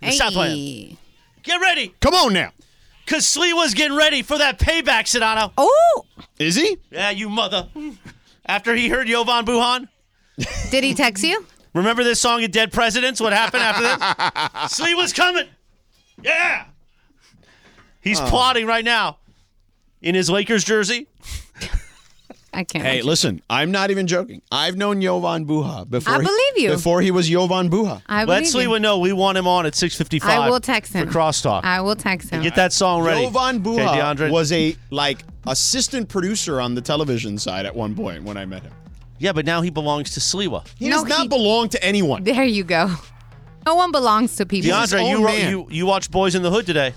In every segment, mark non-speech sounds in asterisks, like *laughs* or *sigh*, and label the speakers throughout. Speaker 1: Hey.
Speaker 2: Southland. Get ready,
Speaker 3: Come on now.
Speaker 2: because Slee was getting ready for that payback, Sedano.
Speaker 1: Oh,
Speaker 3: Is he?
Speaker 2: Yeah, you mother. After he heard Yovan Buhan,
Speaker 1: did he text you?
Speaker 2: remember this song at Dead Presidents? What happened
Speaker 3: *laughs*
Speaker 2: after this? Slee was coming. Yeah. He's
Speaker 3: Oh.
Speaker 2: plotting right now in his Lakers jersey.
Speaker 1: I can't.
Speaker 3: Hey, listen, I'm not even joking. I've known Jovan Buha before.
Speaker 1: I
Speaker 3: he-
Speaker 1: bexlieve you.
Speaker 3: Before he was Jovan Buha.
Speaker 1: I
Speaker 2: Let
Speaker 1: believe
Speaker 2: Slee
Speaker 1: you.
Speaker 2: would know we want him on at 6:55.
Speaker 1: I will text him.
Speaker 2: for crosstalk.
Speaker 1: I will text him.
Speaker 2: Get that song ready.
Speaker 3: Jovan
Speaker 2: Okay,
Speaker 3: Buha
Speaker 2: DeAndre.
Speaker 3: was a like assistant producer on the television side at one point when I met him.
Speaker 2: yeah, but now he belongs to Sliwa.
Speaker 3: He
Speaker 1: No,
Speaker 3: does not
Speaker 1: he-
Speaker 3: belong to anyone.
Speaker 1: There you go. No one belongs to people.
Speaker 3: his
Speaker 2: DeAndre,
Speaker 3: own
Speaker 2: you, ro-
Speaker 3: man.
Speaker 2: you you watched Boys in the Hood today.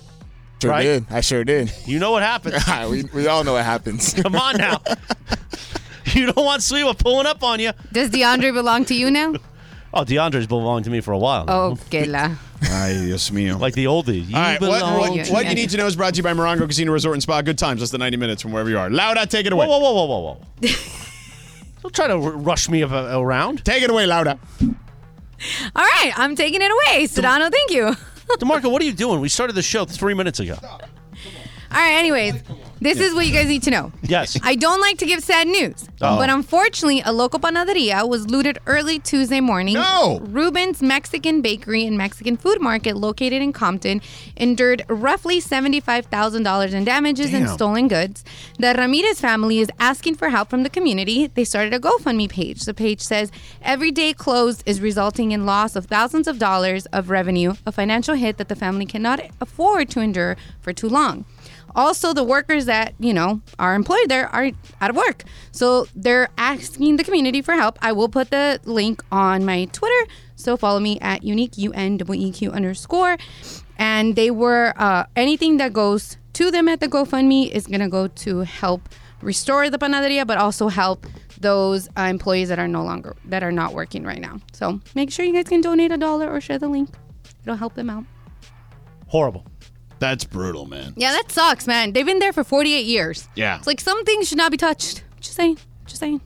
Speaker 4: Sure
Speaker 2: Right?
Speaker 4: did. I sure did. *laughs*
Speaker 2: You know what happened.
Speaker 4: we, we all know what happens.
Speaker 2: Come
Speaker 4: *laughs*
Speaker 2: on now. you don't want Sliwa pulling up on you.
Speaker 1: Does DeAndre belong to
Speaker 2: *laughs*
Speaker 1: you now? Oh,
Speaker 2: Oh, DeAndre's belonged to me for a while. now.
Speaker 1: Okay, la.
Speaker 3: Ay, Dios mío.
Speaker 2: Like the oldies. You
Speaker 3: All right, what,
Speaker 2: belong
Speaker 3: what,
Speaker 1: to
Speaker 3: what
Speaker 1: me.
Speaker 3: you need to know is brought to you by Morongo Casino Resort and Spa. Good times, less than 90 minutes from wherever you are. Lauda, take it away.
Speaker 2: Whoa, whoa, whoa, whoa, whoa, whoa. Don't try to r- rush me ab- around.
Speaker 3: Take it away, Lauda.
Speaker 1: All right, I'm taking it away. Sedano, thank you.
Speaker 2: DeMarco, what are you doing? We started the show three minutes ago.
Speaker 1: All right, anyways, this is what you guys need to know.
Speaker 2: Yes.
Speaker 1: I don't like to give sad news, but unfortunately, a local panaderia was looted early Tuesday morning.
Speaker 3: No!
Speaker 1: Ruben's Mexican Bakery and Mexican Food Market, located in Compton, endured roughly $75,000 in damages and stolen goods. The Ramirez family is asking for help from the community. They started a GoFundMe page. The page says, Every day closed is resulting in loss of thousands of dollars of revenue, a financial hit that the family cannot afford to endure for too long also the workers that you know are employed there are out of work so they're asking the community for help i will put the link on my twitter so follow me at unique unweq E underscore and they were uh, anything that goes to them at the gofundme is going to go to help restore the panaderia but also help those uh, employees that are no longer that are not working right now so make sure you guys can donate a dollar or share the link it'll help them out
Speaker 2: Horrible.
Speaker 3: That's brutal, man.
Speaker 1: yeah, that sucks, man. They've been there for 48 years.
Speaker 3: Yeah.
Speaker 1: It's like some things should not be touched. Just saying. Just saying.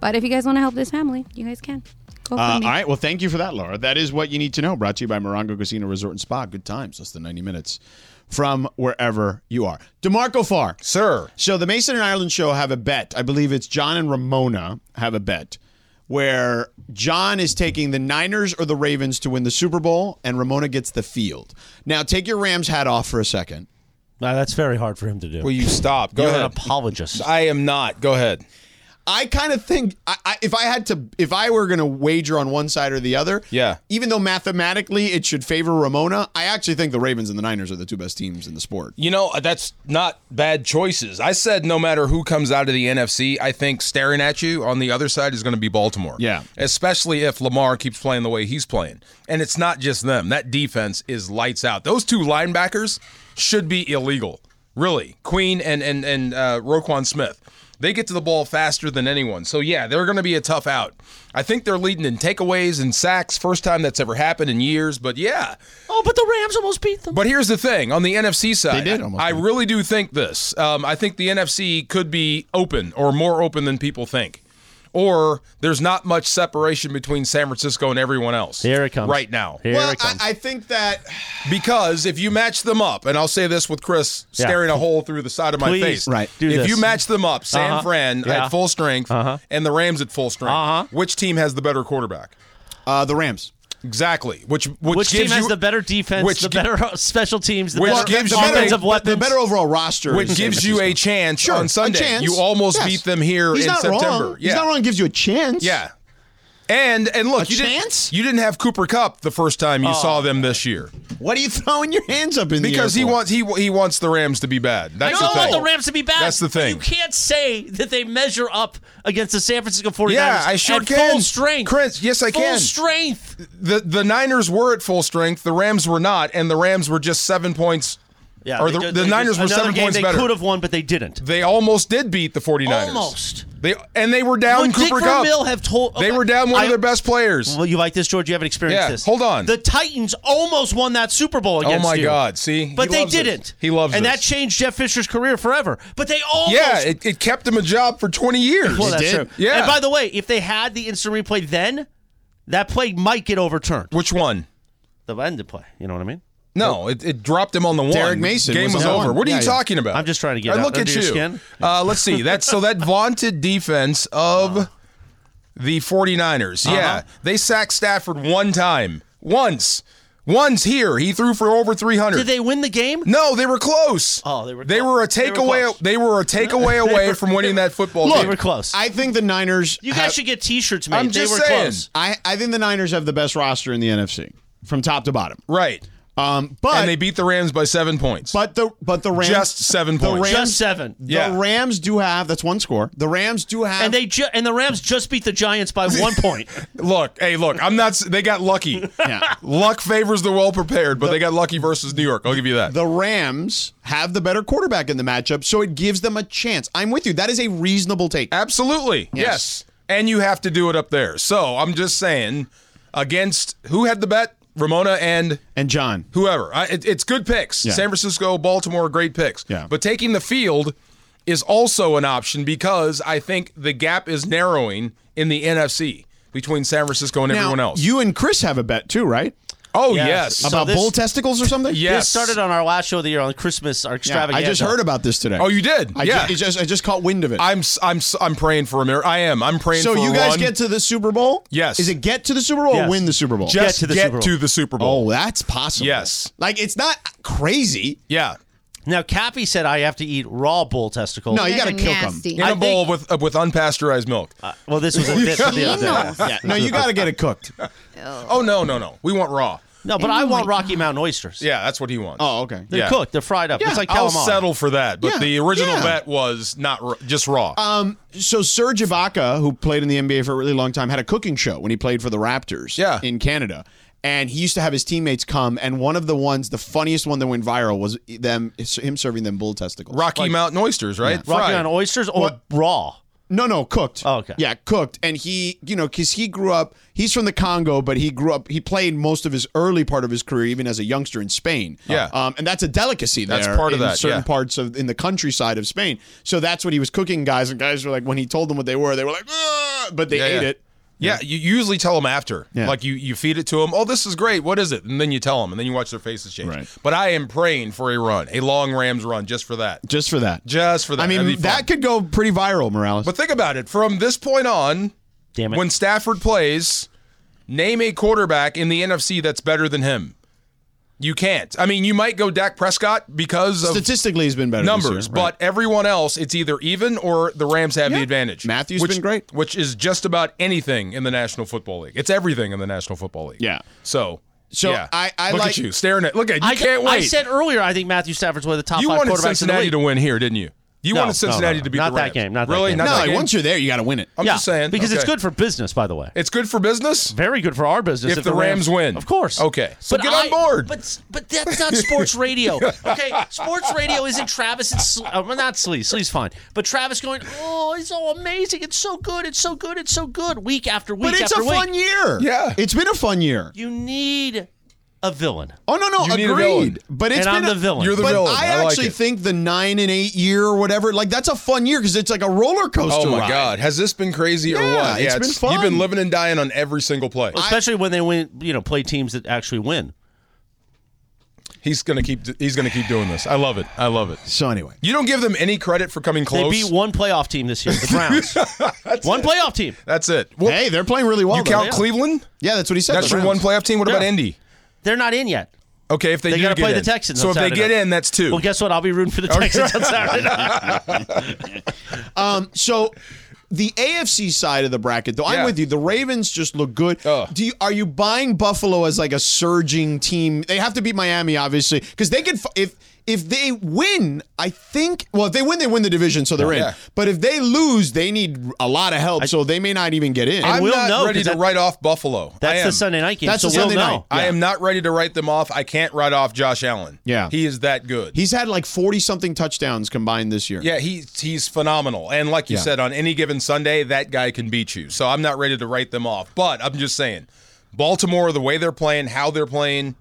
Speaker 1: But if you guys want to help this family, you guys can. Go
Speaker 3: Uh,
Speaker 1: for
Speaker 3: all
Speaker 1: me.
Speaker 3: right. Well, thank you for that, Laura. That is what you need to know. Brought to you by Morongo Casino Resort and Spa. Good times, less than 90 minutes from wherever you are. DeMarco Farr.
Speaker 4: Sir.
Speaker 3: So the Mason and Ireland show have a bet. I believe it's John and Ramona have a bet where John is taking the Niners or the Ravens to win the Super Bowl and Ramona gets the field. Now take your Rams hat off for a second.
Speaker 2: Now, that's very hard for him to do.
Speaker 4: Will you stop? Go
Speaker 2: You're an
Speaker 4: ahead.
Speaker 2: apologist.
Speaker 4: I am not. Go ahead.
Speaker 3: I kind of think I, I, if I had to, if I were going to wager on one side or the other,
Speaker 4: Yeah.
Speaker 3: Even though mathematically it should favor Ramona, I actually think the Ravens and the Niners are the two best teams in the sport.
Speaker 4: You know, that's not bad choices. I said no matter who comes out of the NFC, I think staring at you on the other side is going to be Baltimore.
Speaker 3: Yeah.
Speaker 4: Especially if Lamar keeps playing the way he's playing. And it's not just them. That defense is lights out. Those two linebackers should be illegal. Really. Queen and and and uh, Roquan Smith. They get to the ball faster than anyone. So yeah, they're going to be a tough out. I think they're leading in takeaways and sacks. First time that's ever happened in years, but yeah.
Speaker 2: oh, but the Rams almost beat them.
Speaker 4: But here's the thing on the NFC side,
Speaker 3: They did almost
Speaker 4: I
Speaker 3: win.
Speaker 4: really do think this. Um, I think the NFC could be open or more open than people think. Or there's not much separation between San Francisco and everyone else.
Speaker 2: Here it comes.
Speaker 4: Right now.
Speaker 2: Here
Speaker 3: well,
Speaker 2: it
Speaker 3: I,
Speaker 2: comes.
Speaker 3: I think that
Speaker 4: Because if you match them up, and I'll say this with Chris staring a hole through the side of my
Speaker 2: Please
Speaker 4: face.
Speaker 2: Right. do
Speaker 4: if
Speaker 2: this.
Speaker 4: you match them up, San
Speaker 2: Uh-huh.
Speaker 4: Fran
Speaker 2: Yeah.
Speaker 4: at full strength and the Rams at full strength,
Speaker 2: Uh-huh.
Speaker 4: which team has the better quarterback?
Speaker 3: uh, the Rams.
Speaker 4: Exactly. Which which,
Speaker 2: which team
Speaker 4: gives
Speaker 2: has
Speaker 4: you-
Speaker 2: the better defense,
Speaker 4: which
Speaker 2: the
Speaker 4: gi-
Speaker 2: better uh, special teams, the
Speaker 4: which
Speaker 2: better
Speaker 4: gives you
Speaker 2: offensive
Speaker 4: the-
Speaker 2: weapons?
Speaker 3: The better overall roster,
Speaker 4: which
Speaker 3: is San
Speaker 4: gives you a
Speaker 3: Francisco.
Speaker 4: chance
Speaker 3: Sure,
Speaker 4: on
Speaker 3: a
Speaker 4: Sunday.
Speaker 3: chance.
Speaker 4: You almost
Speaker 3: Yes.
Speaker 4: beat them here
Speaker 3: He's
Speaker 4: in
Speaker 3: not
Speaker 4: September.
Speaker 3: Wrong.
Speaker 4: Yeah.
Speaker 3: He's not wrong. Gives you a chance.
Speaker 4: Yeah. And and look,
Speaker 3: A
Speaker 4: you
Speaker 3: chance?
Speaker 4: didn't you didn't have Cooper Cup the first time
Speaker 2: Oh,
Speaker 4: you saw them this year
Speaker 3: What are you throwing your hands up in the
Speaker 4: because he
Speaker 3: air for?
Speaker 4: wants he he wants the Rams to be bad.
Speaker 2: I
Speaker 4: That's
Speaker 2: don't
Speaker 4: the thing.
Speaker 2: want the Rams to be bad.
Speaker 4: That's the
Speaker 2: but
Speaker 4: thing.
Speaker 2: You can't say that they measure up against the San Francisco 49ers
Speaker 4: Yeah, I sure
Speaker 2: at
Speaker 4: can.
Speaker 2: full strength.
Speaker 4: Chris, yes, I
Speaker 2: full
Speaker 4: can.
Speaker 2: Full strength.
Speaker 4: The the Niners were at full strength. The Rams were not, and the Rams were just seven points.
Speaker 2: Yeah,
Speaker 4: or
Speaker 2: they
Speaker 4: the,
Speaker 2: just-
Speaker 4: the
Speaker 2: they
Speaker 4: Niners
Speaker 2: just-
Speaker 4: were
Speaker 2: another
Speaker 4: seven
Speaker 2: game
Speaker 4: points
Speaker 2: they
Speaker 4: better.
Speaker 2: could have won, but they didn't.
Speaker 4: They almost did beat the 49ers.
Speaker 2: Almost.
Speaker 4: They and they were down
Speaker 2: Would Dick
Speaker 4: Cooper Cup.
Speaker 2: Vermeil have told?
Speaker 4: they
Speaker 2: okay,
Speaker 4: were down one
Speaker 2: I-
Speaker 4: of their best players.
Speaker 2: Well, you like this, George? You haven't experienced
Speaker 4: Yeah,
Speaker 2: this.
Speaker 4: hold on.
Speaker 2: The Titans almost won that Super Bowl
Speaker 4: Oh
Speaker 2: against
Speaker 4: my
Speaker 2: you.
Speaker 4: God! See,
Speaker 2: But
Speaker 4: He
Speaker 2: they
Speaker 4: loves this.
Speaker 2: didn't.
Speaker 4: He loves
Speaker 2: and
Speaker 4: this.
Speaker 2: that changed Jeff Fisher's career forever. But they almost
Speaker 4: Yeah, it, it kept him a job for 20 years.
Speaker 2: Well, that's
Speaker 3: did.
Speaker 2: true.
Speaker 4: Yeah.
Speaker 2: And by the way, if they had the instant replay then, that play might get overturned.
Speaker 4: Which one?
Speaker 2: the end to play. You know what I mean?
Speaker 4: No, it, it dropped him on the one.
Speaker 3: Derek Mason
Speaker 4: Game
Speaker 3: was
Speaker 4: was,
Speaker 3: on
Speaker 4: over.
Speaker 3: one.
Speaker 4: What are
Speaker 3: Yeah,
Speaker 4: you
Speaker 3: yeah.
Speaker 4: talking about?
Speaker 2: I'm just trying to get
Speaker 4: I
Speaker 2: out
Speaker 4: look
Speaker 2: under
Speaker 4: at
Speaker 2: your
Speaker 4: you.
Speaker 2: skin.
Speaker 4: Uh, let's see. That's so that vaunted defense of
Speaker 2: Uh-huh.
Speaker 4: the 49ers. Yeah. They sacked Stafford one time. Once. Once here. He threw for over 300.
Speaker 2: Did they win the game?
Speaker 4: no, they were close.
Speaker 2: Oh, they were
Speaker 4: They
Speaker 2: close.
Speaker 4: were a
Speaker 2: They were
Speaker 4: takeaway.
Speaker 2: close.
Speaker 4: They were a
Speaker 2: *laughs*
Speaker 4: takeaway away from winning that football
Speaker 2: Look,
Speaker 4: game.
Speaker 2: they were close.
Speaker 3: I think the Niners.
Speaker 2: you
Speaker 3: have-
Speaker 2: guys should get T-shirts made.
Speaker 4: I'm
Speaker 2: they
Speaker 4: just
Speaker 2: were
Speaker 4: saying.
Speaker 2: close.
Speaker 3: I, I think the Niners have the best roster in the NFC from top to bottom.
Speaker 4: right.
Speaker 3: Um, but
Speaker 4: and they beat the Rams by seven points.
Speaker 3: but the but the Rams
Speaker 4: Just seven
Speaker 3: the
Speaker 4: points.
Speaker 3: Rams,
Speaker 2: Just seven.
Speaker 3: The
Speaker 4: Yeah.
Speaker 3: Rams do have that's one score. The Rams do have
Speaker 2: And they ju- and the Rams just beat the Giants
Speaker 4: *laughs*
Speaker 2: by one point.
Speaker 4: look, hey, look, I'm not. s- They got lucky.
Speaker 3: Yeah.
Speaker 4: Luck favors the well prepared, but they got lucky versus New York. I'll give you that.
Speaker 3: the Rams have the better quarterback in the matchup, so it gives them a chance. I'm with you. That is a reasonable take.
Speaker 4: Absolutely. Yes. And you have to do it up there. So I'm just saying, against who had the bet? Ramona and
Speaker 3: And John,
Speaker 4: whoever. I, it, it's good picks.
Speaker 3: Yeah.
Speaker 4: San Francisco, Baltimore, great picks.
Speaker 3: Yeah.
Speaker 4: But taking the field is also an option because I think the gap is narrowing in the NFC between San Francisco and everyone else.
Speaker 3: you and Chris have a bet too, right?
Speaker 4: oh,
Speaker 2: Yes.
Speaker 4: yes.
Speaker 2: So
Speaker 3: About
Speaker 2: this-
Speaker 3: bull testicles or something?
Speaker 4: Yes.
Speaker 2: This started on our last show of the year on Christmas,
Speaker 3: Yeah,
Speaker 2: our
Speaker 3: I
Speaker 2: extravaganza.
Speaker 3: just heard about this today.
Speaker 4: Oh, you did?
Speaker 3: I
Speaker 4: yeah.
Speaker 3: ju- it just I just caught wind of it.
Speaker 4: I'm, s- I'm, s- I'm praying for a miracle. I am. I'm praying
Speaker 3: so
Speaker 4: for
Speaker 3: you
Speaker 4: a
Speaker 3: guys
Speaker 4: run.
Speaker 3: get to the Super Bowl?
Speaker 4: Yes.
Speaker 3: Is it get to the Super Bowl
Speaker 2: Yes.
Speaker 3: or win the Super Bowl?
Speaker 4: just
Speaker 2: to the Super Bowl.
Speaker 4: to the Super Bowl.
Speaker 3: Oh, that's possible.
Speaker 4: Yes.
Speaker 3: Like it's not crazy.
Speaker 4: Yeah.
Speaker 2: Now, Cappy said I have to eat raw bull testicles.
Speaker 3: No, you got to
Speaker 1: They're
Speaker 3: kill them.
Speaker 1: nasty.
Speaker 4: In a
Speaker 2: I
Speaker 4: bowl with uh, with unpasteurized milk.
Speaker 3: Uh,
Speaker 2: Well, this
Speaker 4: *laughs*
Speaker 2: was a bit of the other
Speaker 1: Anal.
Speaker 2: day.
Speaker 3: Yeah, no, you got to get it cooked.
Speaker 4: oh no, no, no. We want raw.
Speaker 2: No, but I want Rocky Mountain oysters.
Speaker 4: Yeah, that's what he wants.
Speaker 3: Oh, okay.
Speaker 2: They're
Speaker 4: Yeah.
Speaker 2: cooked. They're fried up. it's like
Speaker 4: I'll
Speaker 2: calamari.
Speaker 4: settle for that. But
Speaker 3: Yeah,
Speaker 4: the original
Speaker 3: yeah. Uh,
Speaker 4: bet was not r- just raw.
Speaker 3: Um, So Serge Ibaka, who played in the NBA for a really long time, had a cooking show when he played for the Raptors
Speaker 4: Yeah.
Speaker 3: in Canada. And he used to have his teammates come, and one of the ones, the funniest one that went viral was them him serving them bull testicles.
Speaker 4: Rocky
Speaker 3: Like-
Speaker 4: Mountain oysters, right?
Speaker 2: Rocky
Speaker 4: Fried.
Speaker 2: Mountain oysters or raw.
Speaker 3: No, no, cooked.
Speaker 2: Oh, okay.
Speaker 3: Yeah, cooked. And he, you know, because he grew up, he's from the Congo, but he grew up, he played most of his early part of his career, even as a youngster in Spain.
Speaker 4: Yeah.
Speaker 3: Um, and that's a delicacy
Speaker 4: That's
Speaker 3: there
Speaker 4: part of
Speaker 3: in
Speaker 4: that,
Speaker 3: certain
Speaker 4: yeah.
Speaker 3: parts of, in the countryside of Spain. So that's what he was cooking, guys. And guys were like, when he told them what they were, they were like, "Ah," but they
Speaker 4: Yeah,
Speaker 3: ate
Speaker 4: yeah.
Speaker 3: it.
Speaker 4: Yeah, you usually tell them after.
Speaker 3: Yeah.
Speaker 4: Like you, you feed it to them. Oh, this is great. What is it? And then you tell them, and then you watch their faces change.
Speaker 3: Right.
Speaker 4: But I am praying for a run, a long Rams run, just for that.
Speaker 3: Just for that.
Speaker 4: Just for that.
Speaker 3: I
Speaker 4: That'd
Speaker 3: mean,
Speaker 4: be fun.
Speaker 3: that could go pretty viral, Morales.
Speaker 4: But think about it. From this point on,
Speaker 2: Damn it.
Speaker 4: when Stafford plays, name a quarterback in the NFC that's better than him. You can't. I mean, you might go Dak Prescott because of
Speaker 3: Statistically, he's been better. this year,
Speaker 4: numbers,
Speaker 3: right.
Speaker 4: but everyone else, it's either even or the Rams have the
Speaker 3: Yeah.
Speaker 4: advantage.
Speaker 3: Matthew's
Speaker 4: which,
Speaker 3: been great.
Speaker 4: which is just about anything in the National Football League. It's everything in the National Football League.
Speaker 3: Yeah.
Speaker 4: So.
Speaker 3: So
Speaker 4: yeah.
Speaker 3: I- I
Speaker 4: look
Speaker 3: like-
Speaker 4: at you staring at. Look at you.
Speaker 2: I
Speaker 4: can't wait.
Speaker 2: I said earlier, I think Matthew Stafford's one of the top
Speaker 4: you
Speaker 2: five
Speaker 4: wanted
Speaker 2: quarterbacks in the
Speaker 4: Cincinnati
Speaker 2: league.
Speaker 4: to win here, didn't you? You
Speaker 2: No,
Speaker 4: wanted
Speaker 2: no,
Speaker 4: Cincinnati
Speaker 2: no, no.
Speaker 4: to beat
Speaker 2: Not
Speaker 4: the
Speaker 2: that
Speaker 4: Rams.
Speaker 2: game, not that
Speaker 4: really.
Speaker 2: game.
Speaker 4: Not
Speaker 3: no,
Speaker 4: that
Speaker 3: like,
Speaker 4: game?
Speaker 3: once you're there, you got to win it.
Speaker 4: I'm
Speaker 2: yeah,
Speaker 4: just saying
Speaker 2: because it's
Speaker 4: Okay.
Speaker 2: good for business, by the way.
Speaker 4: It's good for business.
Speaker 2: Very good for our business.
Speaker 4: If the Rams win.
Speaker 2: of course.
Speaker 4: Okay. So get on board.
Speaker 2: But but that's not
Speaker 4: *laughs*
Speaker 2: sports radio. Okay, sports radio isn't Travis and Sle- uh, well, not Slee. Slee's fine, but Travis going, oh, it's so amazing. It's so good. It's so good. It's so good. Week after week
Speaker 3: But it's
Speaker 2: after
Speaker 3: a
Speaker 2: week.
Speaker 3: fun year.
Speaker 4: Yeah.
Speaker 3: It's been a fun year.
Speaker 2: you need a villain.
Speaker 3: Oh no no
Speaker 4: You need a
Speaker 3: agreed.
Speaker 4: villain.
Speaker 3: But it's
Speaker 2: And
Speaker 3: been
Speaker 2: I'm
Speaker 3: a-
Speaker 2: the villain.
Speaker 4: You're the
Speaker 3: but
Speaker 4: villain.
Speaker 3: I,
Speaker 4: I like
Speaker 3: actually
Speaker 4: it.
Speaker 3: think the nine and eight year or whatever, like that's a fun year because it's like a roller coaster.
Speaker 4: Oh my
Speaker 3: ride.
Speaker 4: God! Has this been crazy or
Speaker 3: Yeah,
Speaker 4: what?
Speaker 3: it's been fun.
Speaker 4: You've been living and dying on every single play.
Speaker 2: Especially when they win, you know, play teams that actually win.
Speaker 4: He's gonna keep. He's gonna keep doing this. I love it. I love it.
Speaker 3: So anyway,
Speaker 4: You don't give them any credit for coming
Speaker 2: They
Speaker 4: close.
Speaker 2: beat one playoff team
Speaker 4: *laughs*
Speaker 2: this year, the Browns. one playoff team.
Speaker 4: That's it. Well,
Speaker 3: hey, they're playing really well.
Speaker 4: you
Speaker 3: though.
Speaker 4: count
Speaker 3: yeah.
Speaker 4: Cleveland?
Speaker 3: that's what he said.
Speaker 4: That's
Speaker 3: the
Speaker 4: your one
Speaker 3: Browns.
Speaker 4: playoff team. What about
Speaker 2: Yeah.
Speaker 4: Indy?
Speaker 2: They're not in yet.
Speaker 4: Okay, if they,
Speaker 2: They
Speaker 4: do
Speaker 2: got to
Speaker 4: get
Speaker 2: play
Speaker 4: in.
Speaker 2: the Texans.
Speaker 4: So
Speaker 2: on
Speaker 4: if they
Speaker 2: Saturday
Speaker 4: get
Speaker 2: night.
Speaker 4: in, that's two.
Speaker 2: Well, guess what? I'll be rooting for the Texans
Speaker 4: *laughs*
Speaker 2: on Saturday. night.
Speaker 3: Um, so the AFC side of the bracket, though, I'm
Speaker 4: Yeah.
Speaker 3: with you. The Ravens just look good.
Speaker 4: Ugh.
Speaker 3: Do you are you buying Buffalo as like a surging team? They have to beat Miami, obviously, because they could f- if. If they win, I think. Well, if they win, they win the division, so they're in.
Speaker 4: Yeah.
Speaker 3: But if they lose, they need a lot of help, so they may not even get in.
Speaker 4: I'm
Speaker 2: we'll
Speaker 4: not
Speaker 2: know,
Speaker 4: ready
Speaker 2: 'cause
Speaker 4: to
Speaker 2: that-
Speaker 4: write off Buffalo. I
Speaker 2: That's
Speaker 4: am.
Speaker 2: the Sunday night game.
Speaker 3: That's
Speaker 2: so
Speaker 3: the
Speaker 2: we'll
Speaker 3: Sunday
Speaker 2: know.
Speaker 3: night.
Speaker 4: I
Speaker 3: Yeah.
Speaker 4: am not ready to write them off. I can't write off Josh Allen.
Speaker 3: Yeah.
Speaker 4: he is that good.
Speaker 3: He's had like 40 something touchdowns combined this year.
Speaker 4: yeah, he he's phenomenal. And like you
Speaker 3: Yeah.
Speaker 4: said, on any given Sunday, that guy can beat you. So I'm not ready to write them off. But I'm just saying, Baltimore, the way they're playing, how they're playing,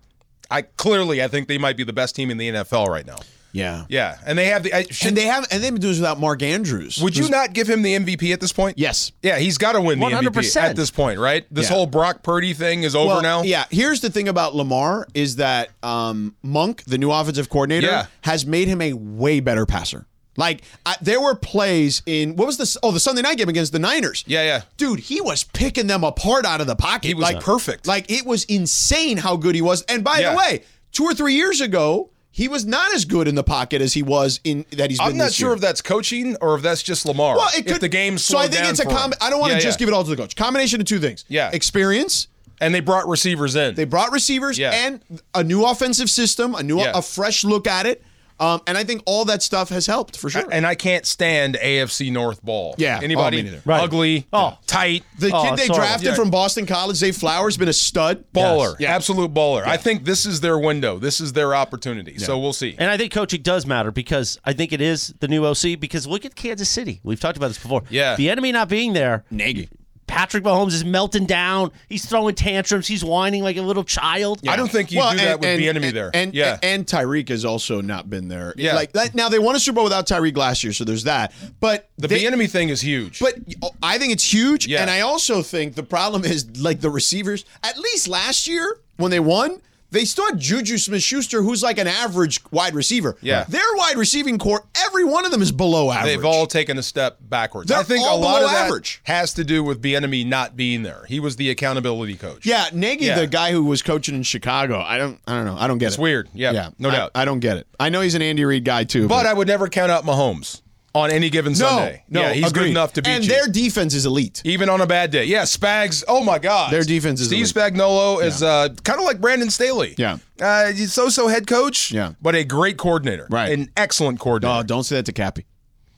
Speaker 4: I clearly I think they might be the best team in the NFL right now.
Speaker 3: Yeah.
Speaker 4: Yeah, and they have the. I, should,
Speaker 3: And they have and they've been doing this without Mark Andrews.
Speaker 4: would you
Speaker 3: who's-
Speaker 4: not give him the MVP at this point?
Speaker 3: Yes.
Speaker 4: Yeah, he's got to win the MVP
Speaker 2: 100%.
Speaker 4: at this point, right? This
Speaker 3: Yeah.
Speaker 4: whole Brock Purdy thing is over
Speaker 3: Well,
Speaker 4: now.
Speaker 3: Yeah. Here's the thing about Lamar is that um, Monk, the new offensive coordinator,
Speaker 4: Yeah.
Speaker 3: has made him a way better passer. Like I, there were plays in what was this? Oh, the Sunday night game against the Niners.
Speaker 4: Yeah, yeah.
Speaker 3: Dude, he was picking them apart out of the pocket. He
Speaker 4: was perfect.
Speaker 3: Like it was insane how good he was. And by
Speaker 4: Yeah.
Speaker 3: the way, two or three years ago, he was not as good in the pocket as he was in that he's.
Speaker 4: I'm
Speaker 3: been
Speaker 4: not
Speaker 3: this
Speaker 4: sure
Speaker 3: year.
Speaker 4: if that's coaching or if that's just Lamar.
Speaker 3: Well, it could
Speaker 4: if the game
Speaker 3: So I
Speaker 4: slowed
Speaker 3: think
Speaker 4: down
Speaker 3: it's a
Speaker 4: for him.
Speaker 3: com- I don't want to
Speaker 4: Yeah,
Speaker 3: just
Speaker 4: yeah.
Speaker 3: give it all to the coach. Combination of two things.
Speaker 4: Yeah.
Speaker 3: Experience.
Speaker 4: And they brought receivers in.
Speaker 3: They brought receivers
Speaker 4: Yeah.
Speaker 3: and a new offensive system, a new
Speaker 4: Yeah.
Speaker 3: a fresh look at it. Um, and I think all that stuff has helped for sure.
Speaker 4: and I can't stand AFC North ball.
Speaker 3: Yeah.
Speaker 4: anybody
Speaker 3: Oh, me neither.
Speaker 2: Right.
Speaker 4: ugly,
Speaker 2: Oh.
Speaker 4: tight,
Speaker 3: the
Speaker 2: Oh,
Speaker 3: kid they
Speaker 2: it's horrible.
Speaker 3: drafted
Speaker 4: Yeah.
Speaker 3: from Boston College, Zay Flowers, been a stud
Speaker 4: baller,
Speaker 3: Yeah.
Speaker 4: absolute baller. I think this is their window. This is their opportunity. So we'll see.
Speaker 2: And I think coaching does matter because I think it is the new OC. Because look at Kansas City. We've talked about this before.
Speaker 4: Yeah.
Speaker 2: The enemy not being there.
Speaker 3: Nagy.
Speaker 2: Patrick Mahomes is melting down. He's throwing tantrums. He's whining like a little child.
Speaker 4: I don't think you do that with the enemy there.
Speaker 3: And,
Speaker 4: yeah,
Speaker 3: and Tyreek has also not been there.
Speaker 4: Yeah.
Speaker 3: Like that, now they won a Super Bowl without Tyreek last year, so there's that. But
Speaker 4: the
Speaker 3: they,
Speaker 4: enemy thing is huge.
Speaker 3: But I think it's huge.
Speaker 4: Yeah.
Speaker 3: And I also think the problem is like the receivers, at least last year when they won, they still had Juju Smith Schuster, who's like an average wide receiver.
Speaker 4: Yeah.
Speaker 3: Their wide receiving core, every one of them is below average.
Speaker 4: They've all taken a step backwards.
Speaker 3: They're
Speaker 4: I think a
Speaker 3: all
Speaker 4: lot
Speaker 3: below
Speaker 4: of that
Speaker 3: average.
Speaker 4: has to do with the enemy not being there. He was the accountability coach.
Speaker 3: yeah, Nagy,
Speaker 4: Yeah.
Speaker 3: the guy who was coaching in Chicago, I don't, I don't know, I don't get it.
Speaker 4: It's weird. Yeah, no
Speaker 3: I-
Speaker 4: doubt.
Speaker 3: I don't get it. I know he's an Andy Reid guy too,
Speaker 4: but I would never count out Mahomes on any given Sunday.
Speaker 3: no, no,
Speaker 4: yeah, he's
Speaker 3: agreed.
Speaker 4: good enough to beat
Speaker 3: And
Speaker 4: you.
Speaker 3: their defense is elite.
Speaker 4: even on a bad day. Yeah, Spags. Oh my God,
Speaker 3: Their defense is
Speaker 4: Steve
Speaker 3: elite.
Speaker 4: Spagnolo is uh, kind of like Brandon Staley.
Speaker 3: Yeah.
Speaker 4: uh, he's so-so head coach.
Speaker 3: Yeah.
Speaker 4: but a great coordinator.
Speaker 3: Right.
Speaker 4: an excellent coordinator.
Speaker 3: Oh, don't say that to Cappy.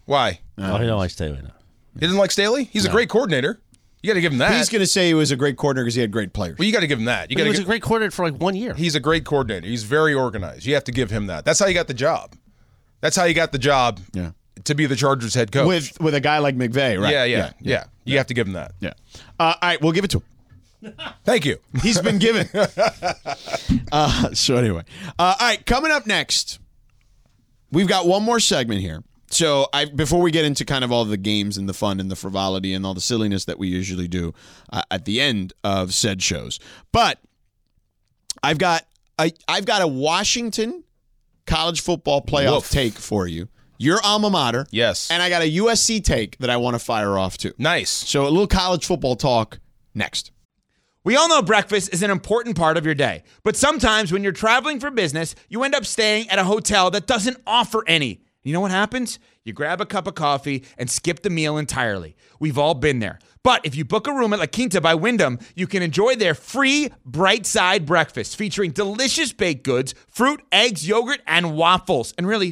Speaker 4: Why?
Speaker 2: Oh, no, I stay with him.
Speaker 4: He didn't like Staley. He's a great coordinator. You got to give him that.
Speaker 3: He's going to say he was a great coordinator because he had great players.
Speaker 4: well, you got to give him that. You got
Speaker 2: He
Speaker 4: to.
Speaker 2: was a
Speaker 4: Give-
Speaker 2: great coordinator for like one year.
Speaker 4: he's a great coordinator. He's very organized. You have to give him that. That's how you got the job. That's how you got the job.
Speaker 3: Yeah.
Speaker 4: To be the Chargers head coach.
Speaker 3: with with a guy like McVay, right?
Speaker 4: yeah, yeah, yeah, You have to give him that.
Speaker 3: Yeah. Uh, all right, we'll give it to him.
Speaker 4: Thank you.
Speaker 3: He's been
Speaker 4: *laughs*
Speaker 3: given. uh, so anyway, uh, all right. Coming up next, we've got one more segment here. So I before we get into kind of all the games and the fun and the frivolity and all the silliness that we usually do uh, at the end of said shows, but I've got I I've got a Washington college football playoff
Speaker 4: Woof.
Speaker 3: take for you. Your alma mater,
Speaker 4: Yes.
Speaker 3: and I got a USC take that I want to fire off to.
Speaker 4: Nice.
Speaker 3: So a little college football talk next.
Speaker 5: We all know breakfast is an important part of your day, but sometimes when you're traveling for business, you end up staying at a hotel that doesn't offer any. You know what happens? You grab a cup of coffee and skip the meal entirely. We've all been there. But if you book a room at La Quinta by Wyndham, you can enjoy their free bright side breakfast featuring delicious baked goods, fruit, eggs, yogurt, and waffles. And really,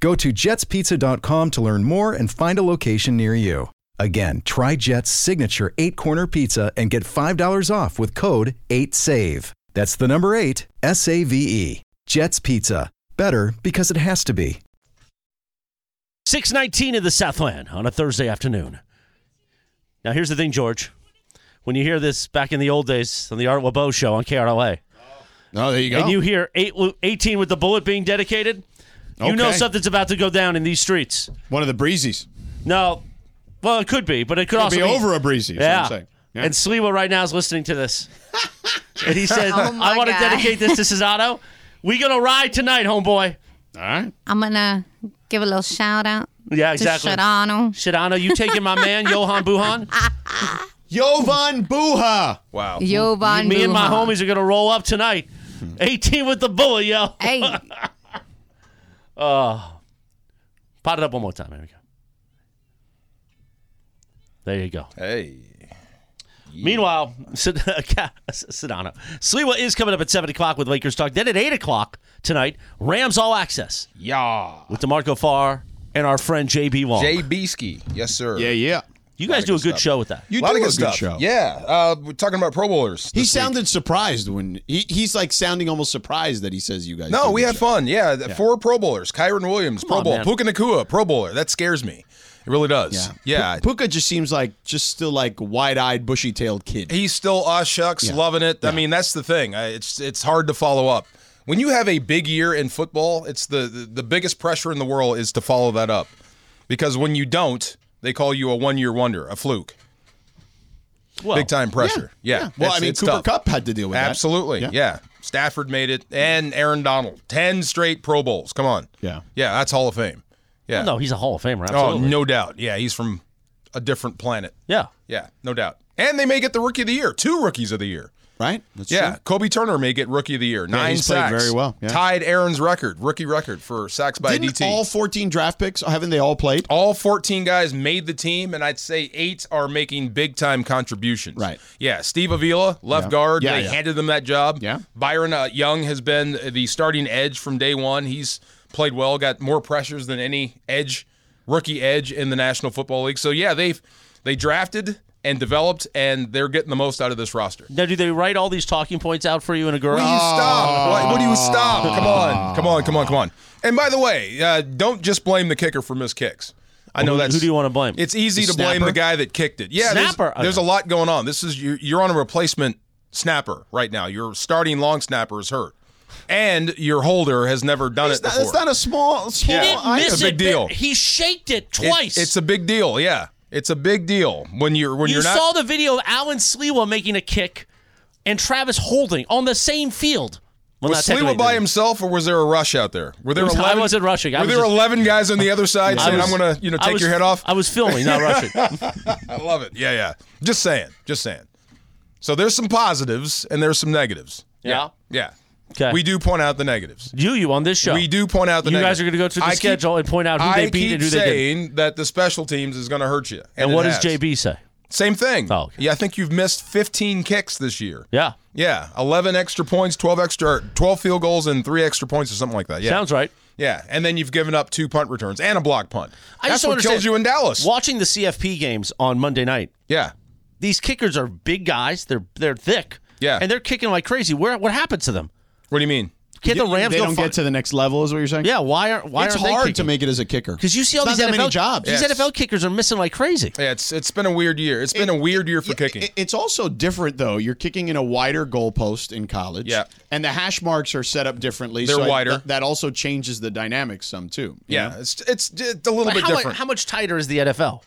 Speaker 6: Go to jetspizza.com to learn more and find a location near you. Again, try Jet's signature eight corner pizza and get $5 off with code 8SAVE. That's the number eight, S A V E. Jet's Pizza. Better because it has to be.
Speaker 2: 619 in the Southland on a Thursday afternoon. Now, here's the thing, George. When you hear this back in the old days on the Art LeBeau show on KRLA,
Speaker 3: Oh, there you go.
Speaker 2: and you hear eight, 18 with the bullet being dedicated, you know
Speaker 3: Okay.
Speaker 2: something's about to go down in these streets.
Speaker 3: One of the breezies.
Speaker 2: No, well, it could be, but it could,
Speaker 3: Could
Speaker 2: also
Speaker 3: be over a breezy. is what I'm saying. Yeah.
Speaker 2: And Sliwa right now is listening
Speaker 3: *laughs*
Speaker 2: to this. and he said,
Speaker 1: Oh my
Speaker 2: I want to
Speaker 1: God."
Speaker 2: dedicate this to Cesano. We gonna ride tonight, homeboy.
Speaker 3: All right.
Speaker 1: I'm gonna give a little shout out.
Speaker 2: Yeah, exactly.
Speaker 1: To Shadano.
Speaker 2: Shadano, you taking my man,
Speaker 1: *laughs*
Speaker 2: Johan Buhan?
Speaker 3: Jovan Buha.
Speaker 4: Wow.
Speaker 1: Jovan
Speaker 2: Me and my
Speaker 1: Buha.
Speaker 2: homies are gonna roll up tonight. 18 with the bullet, yo. *laughs*
Speaker 1: Hey,
Speaker 2: Pot it up one more time. There we go. There you go.
Speaker 4: Hey.
Speaker 2: *laughs* Meanwhile, Sed- Sedano. Sliwa is coming up at 7 o'clock with Lakers Talk. Then at 8 o'clock, tonight. Rams All Access
Speaker 4: Yeah.
Speaker 2: with DeMarco Farr and our friend JB Long.
Speaker 4: Jay Beesky. Yes, sir.
Speaker 3: Yeah, yeah.
Speaker 2: you guys do a good show with that.
Speaker 3: You
Speaker 4: a lot
Speaker 3: do
Speaker 4: of good
Speaker 3: a good
Speaker 4: stuff.
Speaker 3: show.
Speaker 4: Yeah. Uh, we're talking about Pro Bowlers. this
Speaker 3: He
Speaker 4: week.
Speaker 3: sounded surprised when he, he's like sounding almost surprised that he says you guys.
Speaker 4: No,
Speaker 3: do
Speaker 4: we
Speaker 3: the
Speaker 4: had
Speaker 3: show.
Speaker 4: fun. Yeah, the four Pro Bowlers. Kyron Williams, Pro
Speaker 2: on,
Speaker 4: Bowl.
Speaker 2: man.
Speaker 4: Puka Nakua, Pro Bowler. That scares me. It really does. Yeah.
Speaker 3: P- Puka just seems like just still like wide-eyed, bushy-tailed kid.
Speaker 4: He's still aw shucks, loving it. I mean, that's the thing. I- It's it's hard to follow up. When you have a big year in football, it's the, the the biggest pressure in the world is to follow that up. Because when you don't, they call you a one year wonder, a fluke.
Speaker 2: Well,
Speaker 4: Big time pressure. Yeah.
Speaker 3: Well,
Speaker 4: It's-
Speaker 3: I mean,
Speaker 4: it's
Speaker 3: Cooper
Speaker 4: tough.
Speaker 3: Cup had to deal with that.
Speaker 4: Absolutely. Yeah. Stafford made it and Aaron Donald. 10 straight Pro Bowls. Come on.
Speaker 3: Yeah.
Speaker 4: Yeah, that's Hall of Fame. Yeah.
Speaker 2: No, he's a Hall of Famer.
Speaker 4: Oh,
Speaker 2: Absolutely.
Speaker 4: no doubt. Yeah, he's from a different planet.
Speaker 2: Yeah.
Speaker 4: Yeah, no doubt. And they may get the rookie of the year, two rookies of the year.
Speaker 3: Right? That's
Speaker 4: yeah,
Speaker 3: true.
Speaker 4: Kobe Turner may get rookie of the year. Nine
Speaker 3: he's played
Speaker 4: sacks.
Speaker 3: very well, yeah.
Speaker 4: Tied Aaron's record, rookie record for sacks by
Speaker 3: Didn't
Speaker 4: DT.
Speaker 3: all 14 draft picks, haven't they all played?
Speaker 4: All 14 guys made the team, and I'd say eight are making big time contributions.
Speaker 3: Right.
Speaker 4: Yeah. Steve Avila, left guard.
Speaker 3: Yeah,
Speaker 4: they
Speaker 3: yeah.
Speaker 4: handed them that job.
Speaker 3: Yeah.
Speaker 4: Byron uh, Young has been the starting edge from day one. He's played well, got more pressures than any edge, rookie edge in the National Football League. So, yeah, they've they drafted and developed, and they're getting the most out of this roster.
Speaker 2: Now, do they write all these talking points out for you in a girl?
Speaker 4: Will you stop? What, will you stop? Come on, come on, come on, come on. And by the way, uh, don't just blame the kicker for missed kicks. I know
Speaker 2: Who-
Speaker 4: that's
Speaker 2: who do you wanna blame?
Speaker 4: It's easy
Speaker 3: The
Speaker 4: to blame
Speaker 3: snapper?
Speaker 4: the guy that kicked it. Yeah, there's-
Speaker 2: Snapper?
Speaker 4: There's, a lot going on. This is you're, you're on a replacement snapper right now. Your starting long snapper is hurt, and your holder has never done
Speaker 3: It's
Speaker 4: it
Speaker 3: not,
Speaker 4: before.
Speaker 3: that's not a small, small
Speaker 2: He didn't
Speaker 3: item.
Speaker 2: miss
Speaker 4: a big
Speaker 2: it.
Speaker 4: deal.
Speaker 2: but He shaked it
Speaker 4: It-
Speaker 2: twice.
Speaker 4: it's a big deal. Yeah, it's a big deal when you're when
Speaker 2: you
Speaker 4: are not.
Speaker 2: saw the video of Alan Slewa making a kick and Travis holding on the same field. Well,
Speaker 4: was
Speaker 2: not technically
Speaker 4: Sliwa by
Speaker 2: the-
Speaker 4: himself, or was there a rush out there? Were there
Speaker 2: I
Speaker 4: eleven?
Speaker 2: wasn't rushing. I
Speaker 4: Were
Speaker 2: was
Speaker 4: there
Speaker 2: just-
Speaker 4: eleven guys on the other side
Speaker 2: I
Speaker 4: saying,
Speaker 2: was-
Speaker 4: "I'm going to, you know,
Speaker 2: I
Speaker 4: take
Speaker 2: was-
Speaker 4: your head off"?
Speaker 2: I was filming,
Speaker 4: *laughs*
Speaker 2: not rushing.
Speaker 4: I love it. Yeah, yeah. Just saying. Just saying. So there's some positives and there's some negatives.
Speaker 2: Yeah.
Speaker 4: Yeah.
Speaker 2: Okay.
Speaker 4: We do point out the negatives.
Speaker 2: You, you on this show.
Speaker 4: We do point out the
Speaker 2: You
Speaker 4: negatives.
Speaker 2: guys are going to go through the
Speaker 4: I keep-
Speaker 2: schedule and point out who
Speaker 4: I
Speaker 2: they beat
Speaker 4: keep
Speaker 2: and who they didn't.
Speaker 4: saying that the special teams is going to hurt you.
Speaker 2: And
Speaker 4: it
Speaker 2: what does
Speaker 4: has.
Speaker 2: JB say?
Speaker 4: Same thing.
Speaker 2: Oh, okay.
Speaker 4: Yeah, I think you've missed 15 kicks this year.
Speaker 2: Yeah.
Speaker 4: Yeah, 11 extra points, 12 extra or 12 field goals and 3 extra points or something like that. Yeah.
Speaker 2: Sounds right.
Speaker 4: Yeah, and then you've given up two punt returns and a block punt.
Speaker 2: I
Speaker 4: That's
Speaker 2: just don't
Speaker 4: what killed
Speaker 2: understand.
Speaker 4: you in Dallas.
Speaker 2: Watching the CFP games on Monday night,
Speaker 4: Yeah.
Speaker 2: these kickers are big guys. They're they're thick.
Speaker 4: Yeah.
Speaker 2: And they're kicking like crazy. Where what happened to them?
Speaker 4: What do you mean?
Speaker 2: Can the Rams
Speaker 3: they
Speaker 2: go
Speaker 3: don't
Speaker 2: fi-
Speaker 3: get to the next level, is what you're saying?
Speaker 2: Yeah, why aren't why
Speaker 3: it's
Speaker 2: aren't they
Speaker 3: hard to
Speaker 2: kicking?
Speaker 3: make it as a kicker
Speaker 2: Because you see all
Speaker 3: It's
Speaker 2: these
Speaker 3: not that
Speaker 2: NFL
Speaker 3: many jobs.
Speaker 2: These
Speaker 4: Yes.
Speaker 2: NFL kickers are missing like crazy.
Speaker 4: Yeah, it's it's been a weird year. It's been a weird year for kicking.
Speaker 3: It- It's also different though. You're kicking in a wider goalpost in college.
Speaker 4: Yeah.
Speaker 3: And the hash marks are set up differently.
Speaker 4: They're
Speaker 3: so I-
Speaker 4: wider.
Speaker 3: th- that also changes the dynamics some too. you
Speaker 4: yeah,
Speaker 3: know?
Speaker 4: it's, it's it's a little
Speaker 2: But
Speaker 4: bit
Speaker 2: how, mu-
Speaker 4: different.
Speaker 2: how much tighter is the NFL?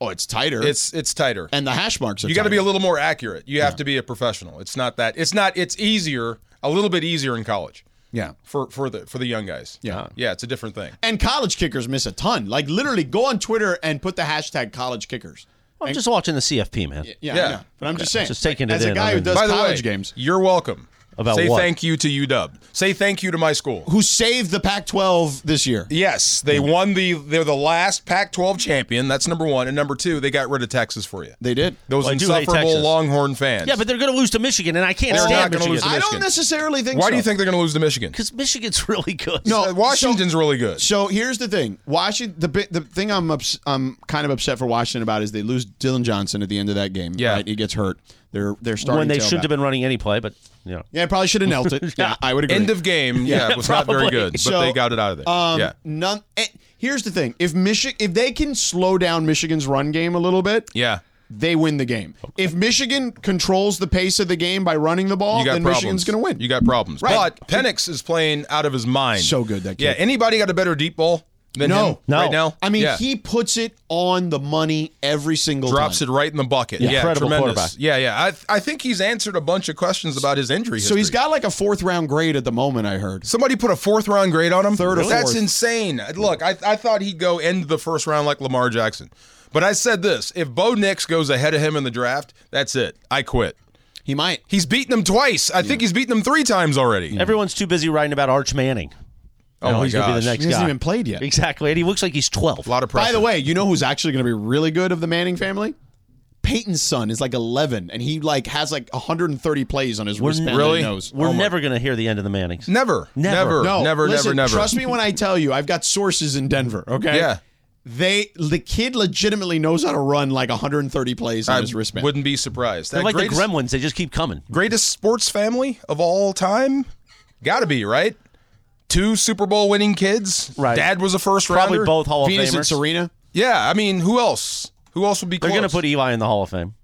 Speaker 3: Oh, it's tighter.
Speaker 4: it's it's tighter.
Speaker 3: and the hash marks are
Speaker 4: you got to be
Speaker 3: tighter.
Speaker 4: a little more accurate. You have to be a professional. It's not that. It's not. It's easier. A little bit easier in college
Speaker 3: Yeah.
Speaker 4: for for the for the young guys.
Speaker 3: Yeah.
Speaker 4: yeah, it's a different thing.
Speaker 3: And college kickers miss a ton. Like literally go on Twitter and put the hashtag college kickers.
Speaker 2: I'm just watching the CFP, man.
Speaker 3: Yeah.
Speaker 4: Yeah.
Speaker 3: I know. But I'm just saying.
Speaker 2: Just taking it
Speaker 3: as
Speaker 2: in,
Speaker 3: a guy
Speaker 2: I
Speaker 3: who
Speaker 2: mean-
Speaker 3: does
Speaker 4: By the
Speaker 3: college
Speaker 4: way,
Speaker 3: games
Speaker 4: you're welcome.
Speaker 2: About
Speaker 4: say
Speaker 2: what?
Speaker 4: thank you to UW. Say thank you to my school.
Speaker 3: who saved the Pac-12 this year.
Speaker 4: Yes, they won the. They're the last Pac-12 champion. That's number one, and number two, they got rid of Texas for you.
Speaker 3: They did.
Speaker 4: Those
Speaker 2: Well, I do hate
Speaker 4: insufferable
Speaker 2: Texas.
Speaker 4: Longhorn fans.
Speaker 2: Yeah, but they're going to lose to Michigan, and I can't
Speaker 4: They're not
Speaker 2: stand
Speaker 4: gonna
Speaker 2: Michigan.
Speaker 4: lose to
Speaker 3: I
Speaker 4: Michigan.
Speaker 3: don't necessarily think
Speaker 4: Why
Speaker 3: so.
Speaker 4: do you think they're going to lose to Michigan?
Speaker 2: Because Michigan's *laughs* really good.
Speaker 3: No.
Speaker 4: Uh, Washington's really good.
Speaker 3: So here's the thing. Washington, the bi- the thing I'm ups, I'm kind of upset for Washington about is they lose Dylan Johnson at the end of that game.
Speaker 4: Yeah.
Speaker 3: right? he gets hurt. They're they're starting
Speaker 2: when they
Speaker 3: tailback.
Speaker 2: shouldn't have been running any play, but you know.
Speaker 3: Yeah, probably should have knelt
Speaker 2: *laughs*
Speaker 3: it. yeah, I would agree.
Speaker 4: End of game, yeah, it was not very
Speaker 2: probably.
Speaker 4: good, but
Speaker 3: So,
Speaker 4: they got it out of there.
Speaker 3: Um,
Speaker 4: yeah,
Speaker 3: None. eh, here's the thing: if Michi- if they can slow down Michigan's run game a little bit,
Speaker 4: yeah.
Speaker 3: they win the game. If Michigan controls the pace of the game by running the ball,
Speaker 4: You got
Speaker 3: then
Speaker 4: problems.
Speaker 3: Michigan's going to win.
Speaker 4: You got problems.
Speaker 3: Right.
Speaker 4: But Penix is playing out of his mind.
Speaker 3: So good, that kid.
Speaker 4: Yeah. Anybody got a better deep ball than
Speaker 3: No.
Speaker 4: him
Speaker 2: No.
Speaker 4: right now?
Speaker 3: I mean,
Speaker 4: Yeah.
Speaker 3: he puts it on the money every single
Speaker 4: drops
Speaker 3: time.
Speaker 4: it right in the bucket. Yeah,
Speaker 2: Incredible
Speaker 4: tremendous.
Speaker 2: quarterback.
Speaker 4: Yeah, yeah. I th- I think he's answered a bunch of questions about his injury.
Speaker 3: So he's
Speaker 4: history.
Speaker 3: got like a fourth round grade at the moment. I heard.
Speaker 4: Somebody put a fourth round grade on him.
Speaker 3: Third or
Speaker 4: That's
Speaker 3: fourth.
Speaker 4: insane. Look, I, I thought he'd go end the first round like Lamar Jackson. But I said this if Bo Nix goes ahead of him in the draft, that's it. I quit.
Speaker 3: He might.
Speaker 4: He's beaten him twice. I think he's beaten him three times already.
Speaker 2: Everyone's too busy writing about Arch Manning.
Speaker 4: oh,
Speaker 2: No,
Speaker 4: my
Speaker 2: he's gonna be
Speaker 4: gosh.
Speaker 2: the next
Speaker 3: He hasn't
Speaker 2: guy.
Speaker 3: even played yet.
Speaker 2: Exactly, and he looks like he's twelve.
Speaker 4: A lot of pressure.
Speaker 3: By the way, you know who's actually going to be really good of the Manning family? Peyton's son is like 11, and he like has like 130 plays on his wristband. and
Speaker 4: really?
Speaker 3: Nose. Oh
Speaker 2: We're never going to hear the end of the Mannings.
Speaker 4: Never, never,
Speaker 2: Never.
Speaker 4: never,
Speaker 3: No,
Speaker 4: never,
Speaker 3: listen,
Speaker 4: never.
Speaker 3: Trust me when I tell you, I've got sources in Denver. Okay.
Speaker 4: Yeah.
Speaker 3: They the kid legitimately knows how to run like 130 plays on
Speaker 4: I
Speaker 3: his wristband.
Speaker 4: wouldn't be surprised.
Speaker 2: They're
Speaker 4: That
Speaker 2: like
Speaker 4: greatest-
Speaker 2: the Gremlins. They just keep coming.
Speaker 4: greatest sports family of all time? Gotta be, right? Two Super Bowl winning kids.
Speaker 2: Right.
Speaker 4: Dad was a first
Speaker 2: Probably
Speaker 4: rounder.
Speaker 2: both Hall of
Speaker 3: Venus and
Speaker 2: Famers.
Speaker 3: Serena.
Speaker 4: Yeah, I mean, who else? Who else would be
Speaker 2: They're
Speaker 4: close?
Speaker 2: going to put Eli in the Hall of Fame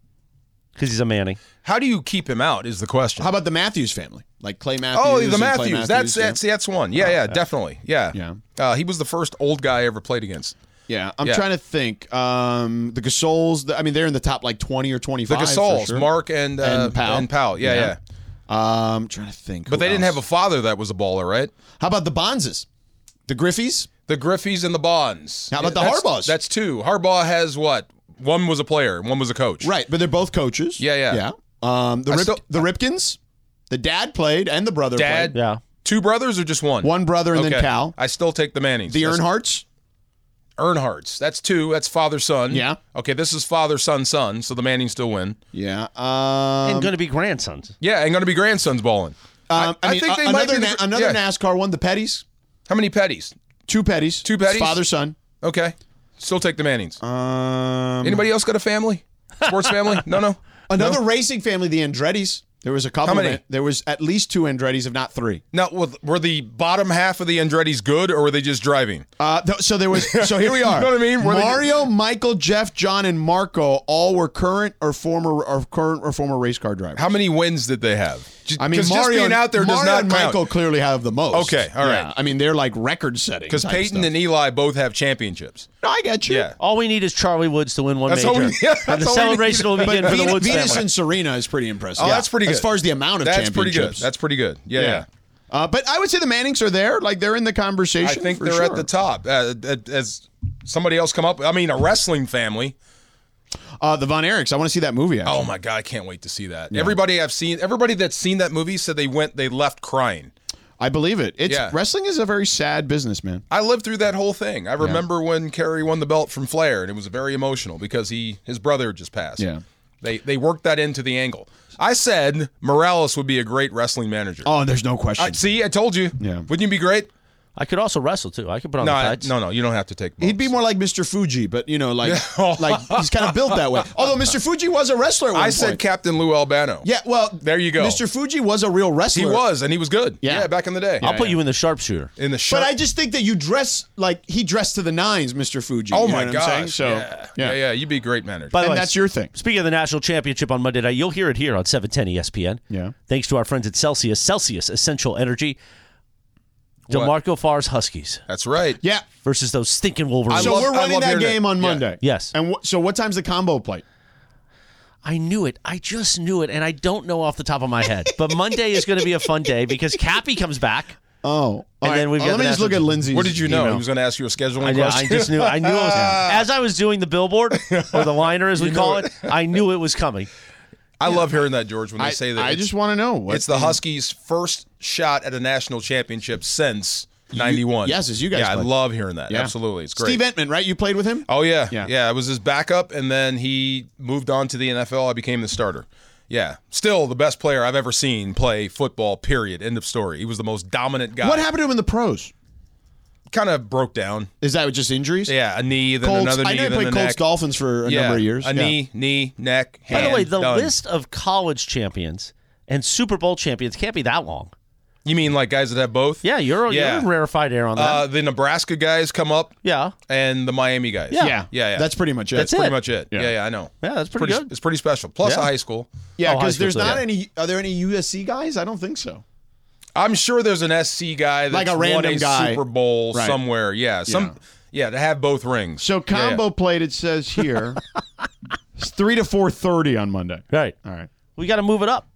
Speaker 2: because he's a Manning.
Speaker 4: How do you keep him out is the question.
Speaker 3: How about the Matthews family? Like Clay Matthews.
Speaker 4: Oh,
Speaker 3: and
Speaker 4: the
Speaker 3: Clay
Speaker 4: Matthews. That's
Speaker 3: yeah.
Speaker 4: that's that's one. Yeah, yeah, definitely. Yeah,
Speaker 3: Yeah.
Speaker 4: Uh, he was the first old guy I ever played against.
Speaker 3: Yeah, I'm
Speaker 4: Yeah.
Speaker 3: trying to think. Um, the Gasols. the- I mean, they're in the top like 20 or 25.
Speaker 4: The
Speaker 3: for
Speaker 4: Gasols,
Speaker 3: sure.
Speaker 4: Mark and uh,
Speaker 3: and Powell.
Speaker 4: Yeah, yeah.
Speaker 3: Um, trying to think.
Speaker 4: But they didn't have a father that was a baller, right?
Speaker 3: How about the Bonzes? The Griffies?
Speaker 4: The Griffies and the Bonds.
Speaker 3: How about the
Speaker 4: That's-
Speaker 3: Harbaughs?
Speaker 4: That's two. Harbaugh has what? One was a player, and one was a coach.
Speaker 3: Right, but they're both coaches.
Speaker 4: Yeah, yeah.
Speaker 3: Yeah. Um, the, Rip-
Speaker 4: still-
Speaker 3: the Ripkins, the dad played and the brother
Speaker 4: Dad,
Speaker 3: played.
Speaker 2: Yeah.
Speaker 4: Two brothers or just one?
Speaker 3: One brother and then
Speaker 4: Okay.
Speaker 3: Cal.
Speaker 4: I still take the Mannings.
Speaker 3: The
Speaker 4: That's-
Speaker 3: Earnhardts.
Speaker 4: Earnhardts. That's two. That's father son.
Speaker 3: Yeah.
Speaker 4: Okay, this is father son son. So the Mannings still win.
Speaker 3: Yeah. Um,
Speaker 2: and going to be grandsons.
Speaker 4: Yeah, and going to be grandsons balling.
Speaker 3: um, I,
Speaker 4: I
Speaker 3: mean,
Speaker 4: think they
Speaker 3: a-
Speaker 4: might
Speaker 3: another,
Speaker 4: be the
Speaker 3: na-
Speaker 4: gr-
Speaker 3: another
Speaker 4: yeah.
Speaker 3: NASCAR one, the Petties.
Speaker 4: How many petties?
Speaker 3: Two Petties.
Speaker 4: Two Petties?
Speaker 3: Father, son.
Speaker 4: Okay, still take the Mannings.
Speaker 3: Um,
Speaker 4: Anybody else got a family? Sports
Speaker 3: *laughs*
Speaker 4: family? No, no.
Speaker 3: another racing family, the Andretti's. There was a couple.
Speaker 4: How many?
Speaker 3: Of, there was at least two Andretti's, if not three.
Speaker 4: Now, with- were the bottom half of the Andretti's good, or were they just driving?
Speaker 3: Uh, th- so there was. So here we are.
Speaker 4: *laughs* You know what I mean? Where they-
Speaker 3: Mario, Michael, Jeff, John, and Marco all were current or former or current or former race car drivers.
Speaker 4: How many wins did they have? J-
Speaker 3: I mean,
Speaker 4: 'cause
Speaker 3: Mario
Speaker 4: just being out there
Speaker 3: Mario
Speaker 4: does not
Speaker 3: and
Speaker 4: count.
Speaker 3: Michael clearly have the most.
Speaker 4: Okay, all right.
Speaker 3: Yeah, I mean, they're like record setting.
Speaker 4: because Peyton and Eli both have championships.
Speaker 3: no, I got you.
Speaker 4: Yeah.
Speaker 2: All we need is Charlie Woods to win one
Speaker 4: That's all
Speaker 2: major.
Speaker 4: we- yeah,
Speaker 2: and
Speaker 4: *laughs* that's
Speaker 2: the
Speaker 4: all we
Speaker 2: celebration
Speaker 4: need.
Speaker 2: will
Speaker 3: But
Speaker 2: begin for the
Speaker 3: Venus,
Speaker 2: Woods
Speaker 3: Venus
Speaker 2: family.
Speaker 3: and Serena is pretty impressive.
Speaker 4: Oh, that's pretty good.
Speaker 3: As far as the amount of
Speaker 4: that's pretty good.
Speaker 3: championships,
Speaker 4: That's pretty good. Yeah, yeah.
Speaker 3: Uh, but I would say the Mannings are there. Like they're in the conversation.
Speaker 4: I think
Speaker 3: for
Speaker 4: they're at
Speaker 3: sure.
Speaker 4: the top. Uh, as somebody else come up, I mean, a wrestling family.
Speaker 3: Uh, the Von Erichs. I want to see that movie. Actually.
Speaker 4: Oh my god, I can't wait to see that. Everybody I've seen, everybody that's seen that movie said they went, they left crying.
Speaker 3: I believe it. It's
Speaker 4: Oh. Yeah.
Speaker 3: wrestling is a very sad business, man.
Speaker 4: I lived through that whole thing. I remember when Kerry won the belt from Flair, and it was very emotional because he his brother just passed.
Speaker 3: Yeah.
Speaker 4: They they worked that into the angle. I said Morales would be a great wrestling manager.
Speaker 3: Oh, there's no question.
Speaker 4: I, see, I told you.
Speaker 3: Yeah.
Speaker 4: Wouldn't you be great?
Speaker 2: I could also wrestle too. I could put on
Speaker 4: No,
Speaker 2: the
Speaker 4: I-
Speaker 2: tights.
Speaker 4: no, no. You don't have to take. Bumps.
Speaker 3: He'd be more like Mr. Fuji, but you know,
Speaker 4: *laughs*
Speaker 3: like like he's kind of built that way. Although Mr. Fuji was a wrestler. At one
Speaker 4: Oh. I said
Speaker 3: point.
Speaker 4: Captain Lou Albano.
Speaker 3: yeah. Well,
Speaker 4: There you go.
Speaker 3: Mr. Fuji was a real wrestler.
Speaker 4: He was, and he was good.
Speaker 3: Yeah.
Speaker 4: back in the day.
Speaker 2: I'll put you in the sharpshooter.
Speaker 4: in the Oh shirt.
Speaker 3: But I just think that you dress like he dressed to the nines, Mr. Fuji.
Speaker 4: oh
Speaker 3: you know
Speaker 4: my
Speaker 3: what
Speaker 4: gosh!
Speaker 3: I'm saying? So
Speaker 4: yeah. yeah, yeah, you'd be a great manager.
Speaker 2: By the
Speaker 3: and
Speaker 2: way,
Speaker 3: that's your thing.
Speaker 2: Speaking of the national championship on Monday night, you'll hear it here on E 710 ESPN.
Speaker 3: Yeah.
Speaker 2: Thanks to our friends at Celsius, Celsius Essential Energy, DeMarco Farr's Huskies
Speaker 4: That's right.
Speaker 3: Yeah.
Speaker 2: versus those stinking Wolverines.
Speaker 3: So
Speaker 4: love-
Speaker 3: we're
Speaker 4: I
Speaker 3: running
Speaker 4: love
Speaker 3: that
Speaker 4: hearing
Speaker 3: game
Speaker 4: it.
Speaker 3: on
Speaker 4: Yeah.
Speaker 3: Monday.
Speaker 2: Yes.
Speaker 3: And wh- so what time's the combo plate?
Speaker 2: I knew it. I just knew it, and I don't know off the top of my head. But Monday is going to be a fun day because Cappy comes back.
Speaker 3: Oh. all
Speaker 2: And
Speaker 3: right.
Speaker 2: then we've
Speaker 3: Oh,
Speaker 2: got
Speaker 3: let me
Speaker 2: the
Speaker 3: just look at
Speaker 2: national-
Speaker 3: Lindsay's.
Speaker 4: What did you know?
Speaker 3: email.
Speaker 4: He was going to ask you a scheduling
Speaker 2: I, know, I
Speaker 4: question.
Speaker 2: just knew. I knew it was as I was doing the billboard or the liner, as we call it. I knew it was coming.
Speaker 4: *laughs* I love hearing that, George, when they
Speaker 3: I,
Speaker 4: say that.
Speaker 3: I
Speaker 4: it's,
Speaker 3: just want to know. What
Speaker 4: it's the Huskies' first shot at a national championship since '91.
Speaker 3: yes, as you guys
Speaker 4: Yeah, I
Speaker 3: played.
Speaker 4: love hearing that.
Speaker 3: Yeah.
Speaker 4: Absolutely, it's great.
Speaker 3: Steve Entman, right? You played with him?
Speaker 4: oh yeah,
Speaker 3: Yeah.
Speaker 4: yeah, It was his backup, and then he moved on to the NFL. I became the starter. Yeah, still the best player I've ever seen play football. Period. End of story. He was the most dominant guy.
Speaker 3: What happened to him in the pros?
Speaker 4: Kind of broke down.
Speaker 3: Is that just injuries?
Speaker 4: Yeah, a knee, then
Speaker 3: Colts.
Speaker 4: another knee,
Speaker 3: I know he
Speaker 4: then
Speaker 3: played
Speaker 4: the
Speaker 3: Colts
Speaker 4: neck.
Speaker 3: Dolphins for a
Speaker 4: yeah,
Speaker 3: number of years.
Speaker 4: A
Speaker 3: Yeah.
Speaker 4: knee, knee, neck.
Speaker 2: By the way,
Speaker 4: hand,
Speaker 2: the
Speaker 4: done.
Speaker 2: list of college champions and Super Bowl champions can't be that long.
Speaker 4: You mean like guys that have both?
Speaker 2: Yeah, you're,
Speaker 4: Yeah.
Speaker 2: you're in rarefied air on that.
Speaker 4: Uh, the Nebraska guys come up,
Speaker 2: yeah,
Speaker 4: and the Miami guys.
Speaker 2: Yeah.
Speaker 3: Yeah.
Speaker 4: yeah, yeah.
Speaker 3: That's pretty much it. Oh,
Speaker 4: That's pretty
Speaker 2: it.
Speaker 4: much it.
Speaker 3: Yeah.
Speaker 4: Yeah, yeah, I know.
Speaker 2: Yeah, that's pretty good.
Speaker 4: It's pretty special. Plus
Speaker 2: Yeah.
Speaker 4: a high school.
Speaker 3: Yeah,
Speaker 2: Oh, high
Speaker 3: because
Speaker 2: school
Speaker 3: there's
Speaker 2: too.
Speaker 3: not
Speaker 2: Yeah.
Speaker 3: any. Are there any USC guys? I don't think so.
Speaker 4: I'm sure there's an SC guy that's
Speaker 3: Like a
Speaker 4: won
Speaker 3: random
Speaker 4: a
Speaker 3: guy.
Speaker 4: Super Bowl
Speaker 3: Right.
Speaker 4: somewhere. Yeah, some. Yeah. to have both rings.
Speaker 3: So
Speaker 4: Yeah, yeah.
Speaker 3: combo plate. It says
Speaker 4: *laughs*
Speaker 3: here, it's three to four thirty on Monday.
Speaker 2: right.
Speaker 3: All right.
Speaker 2: We got to move it up.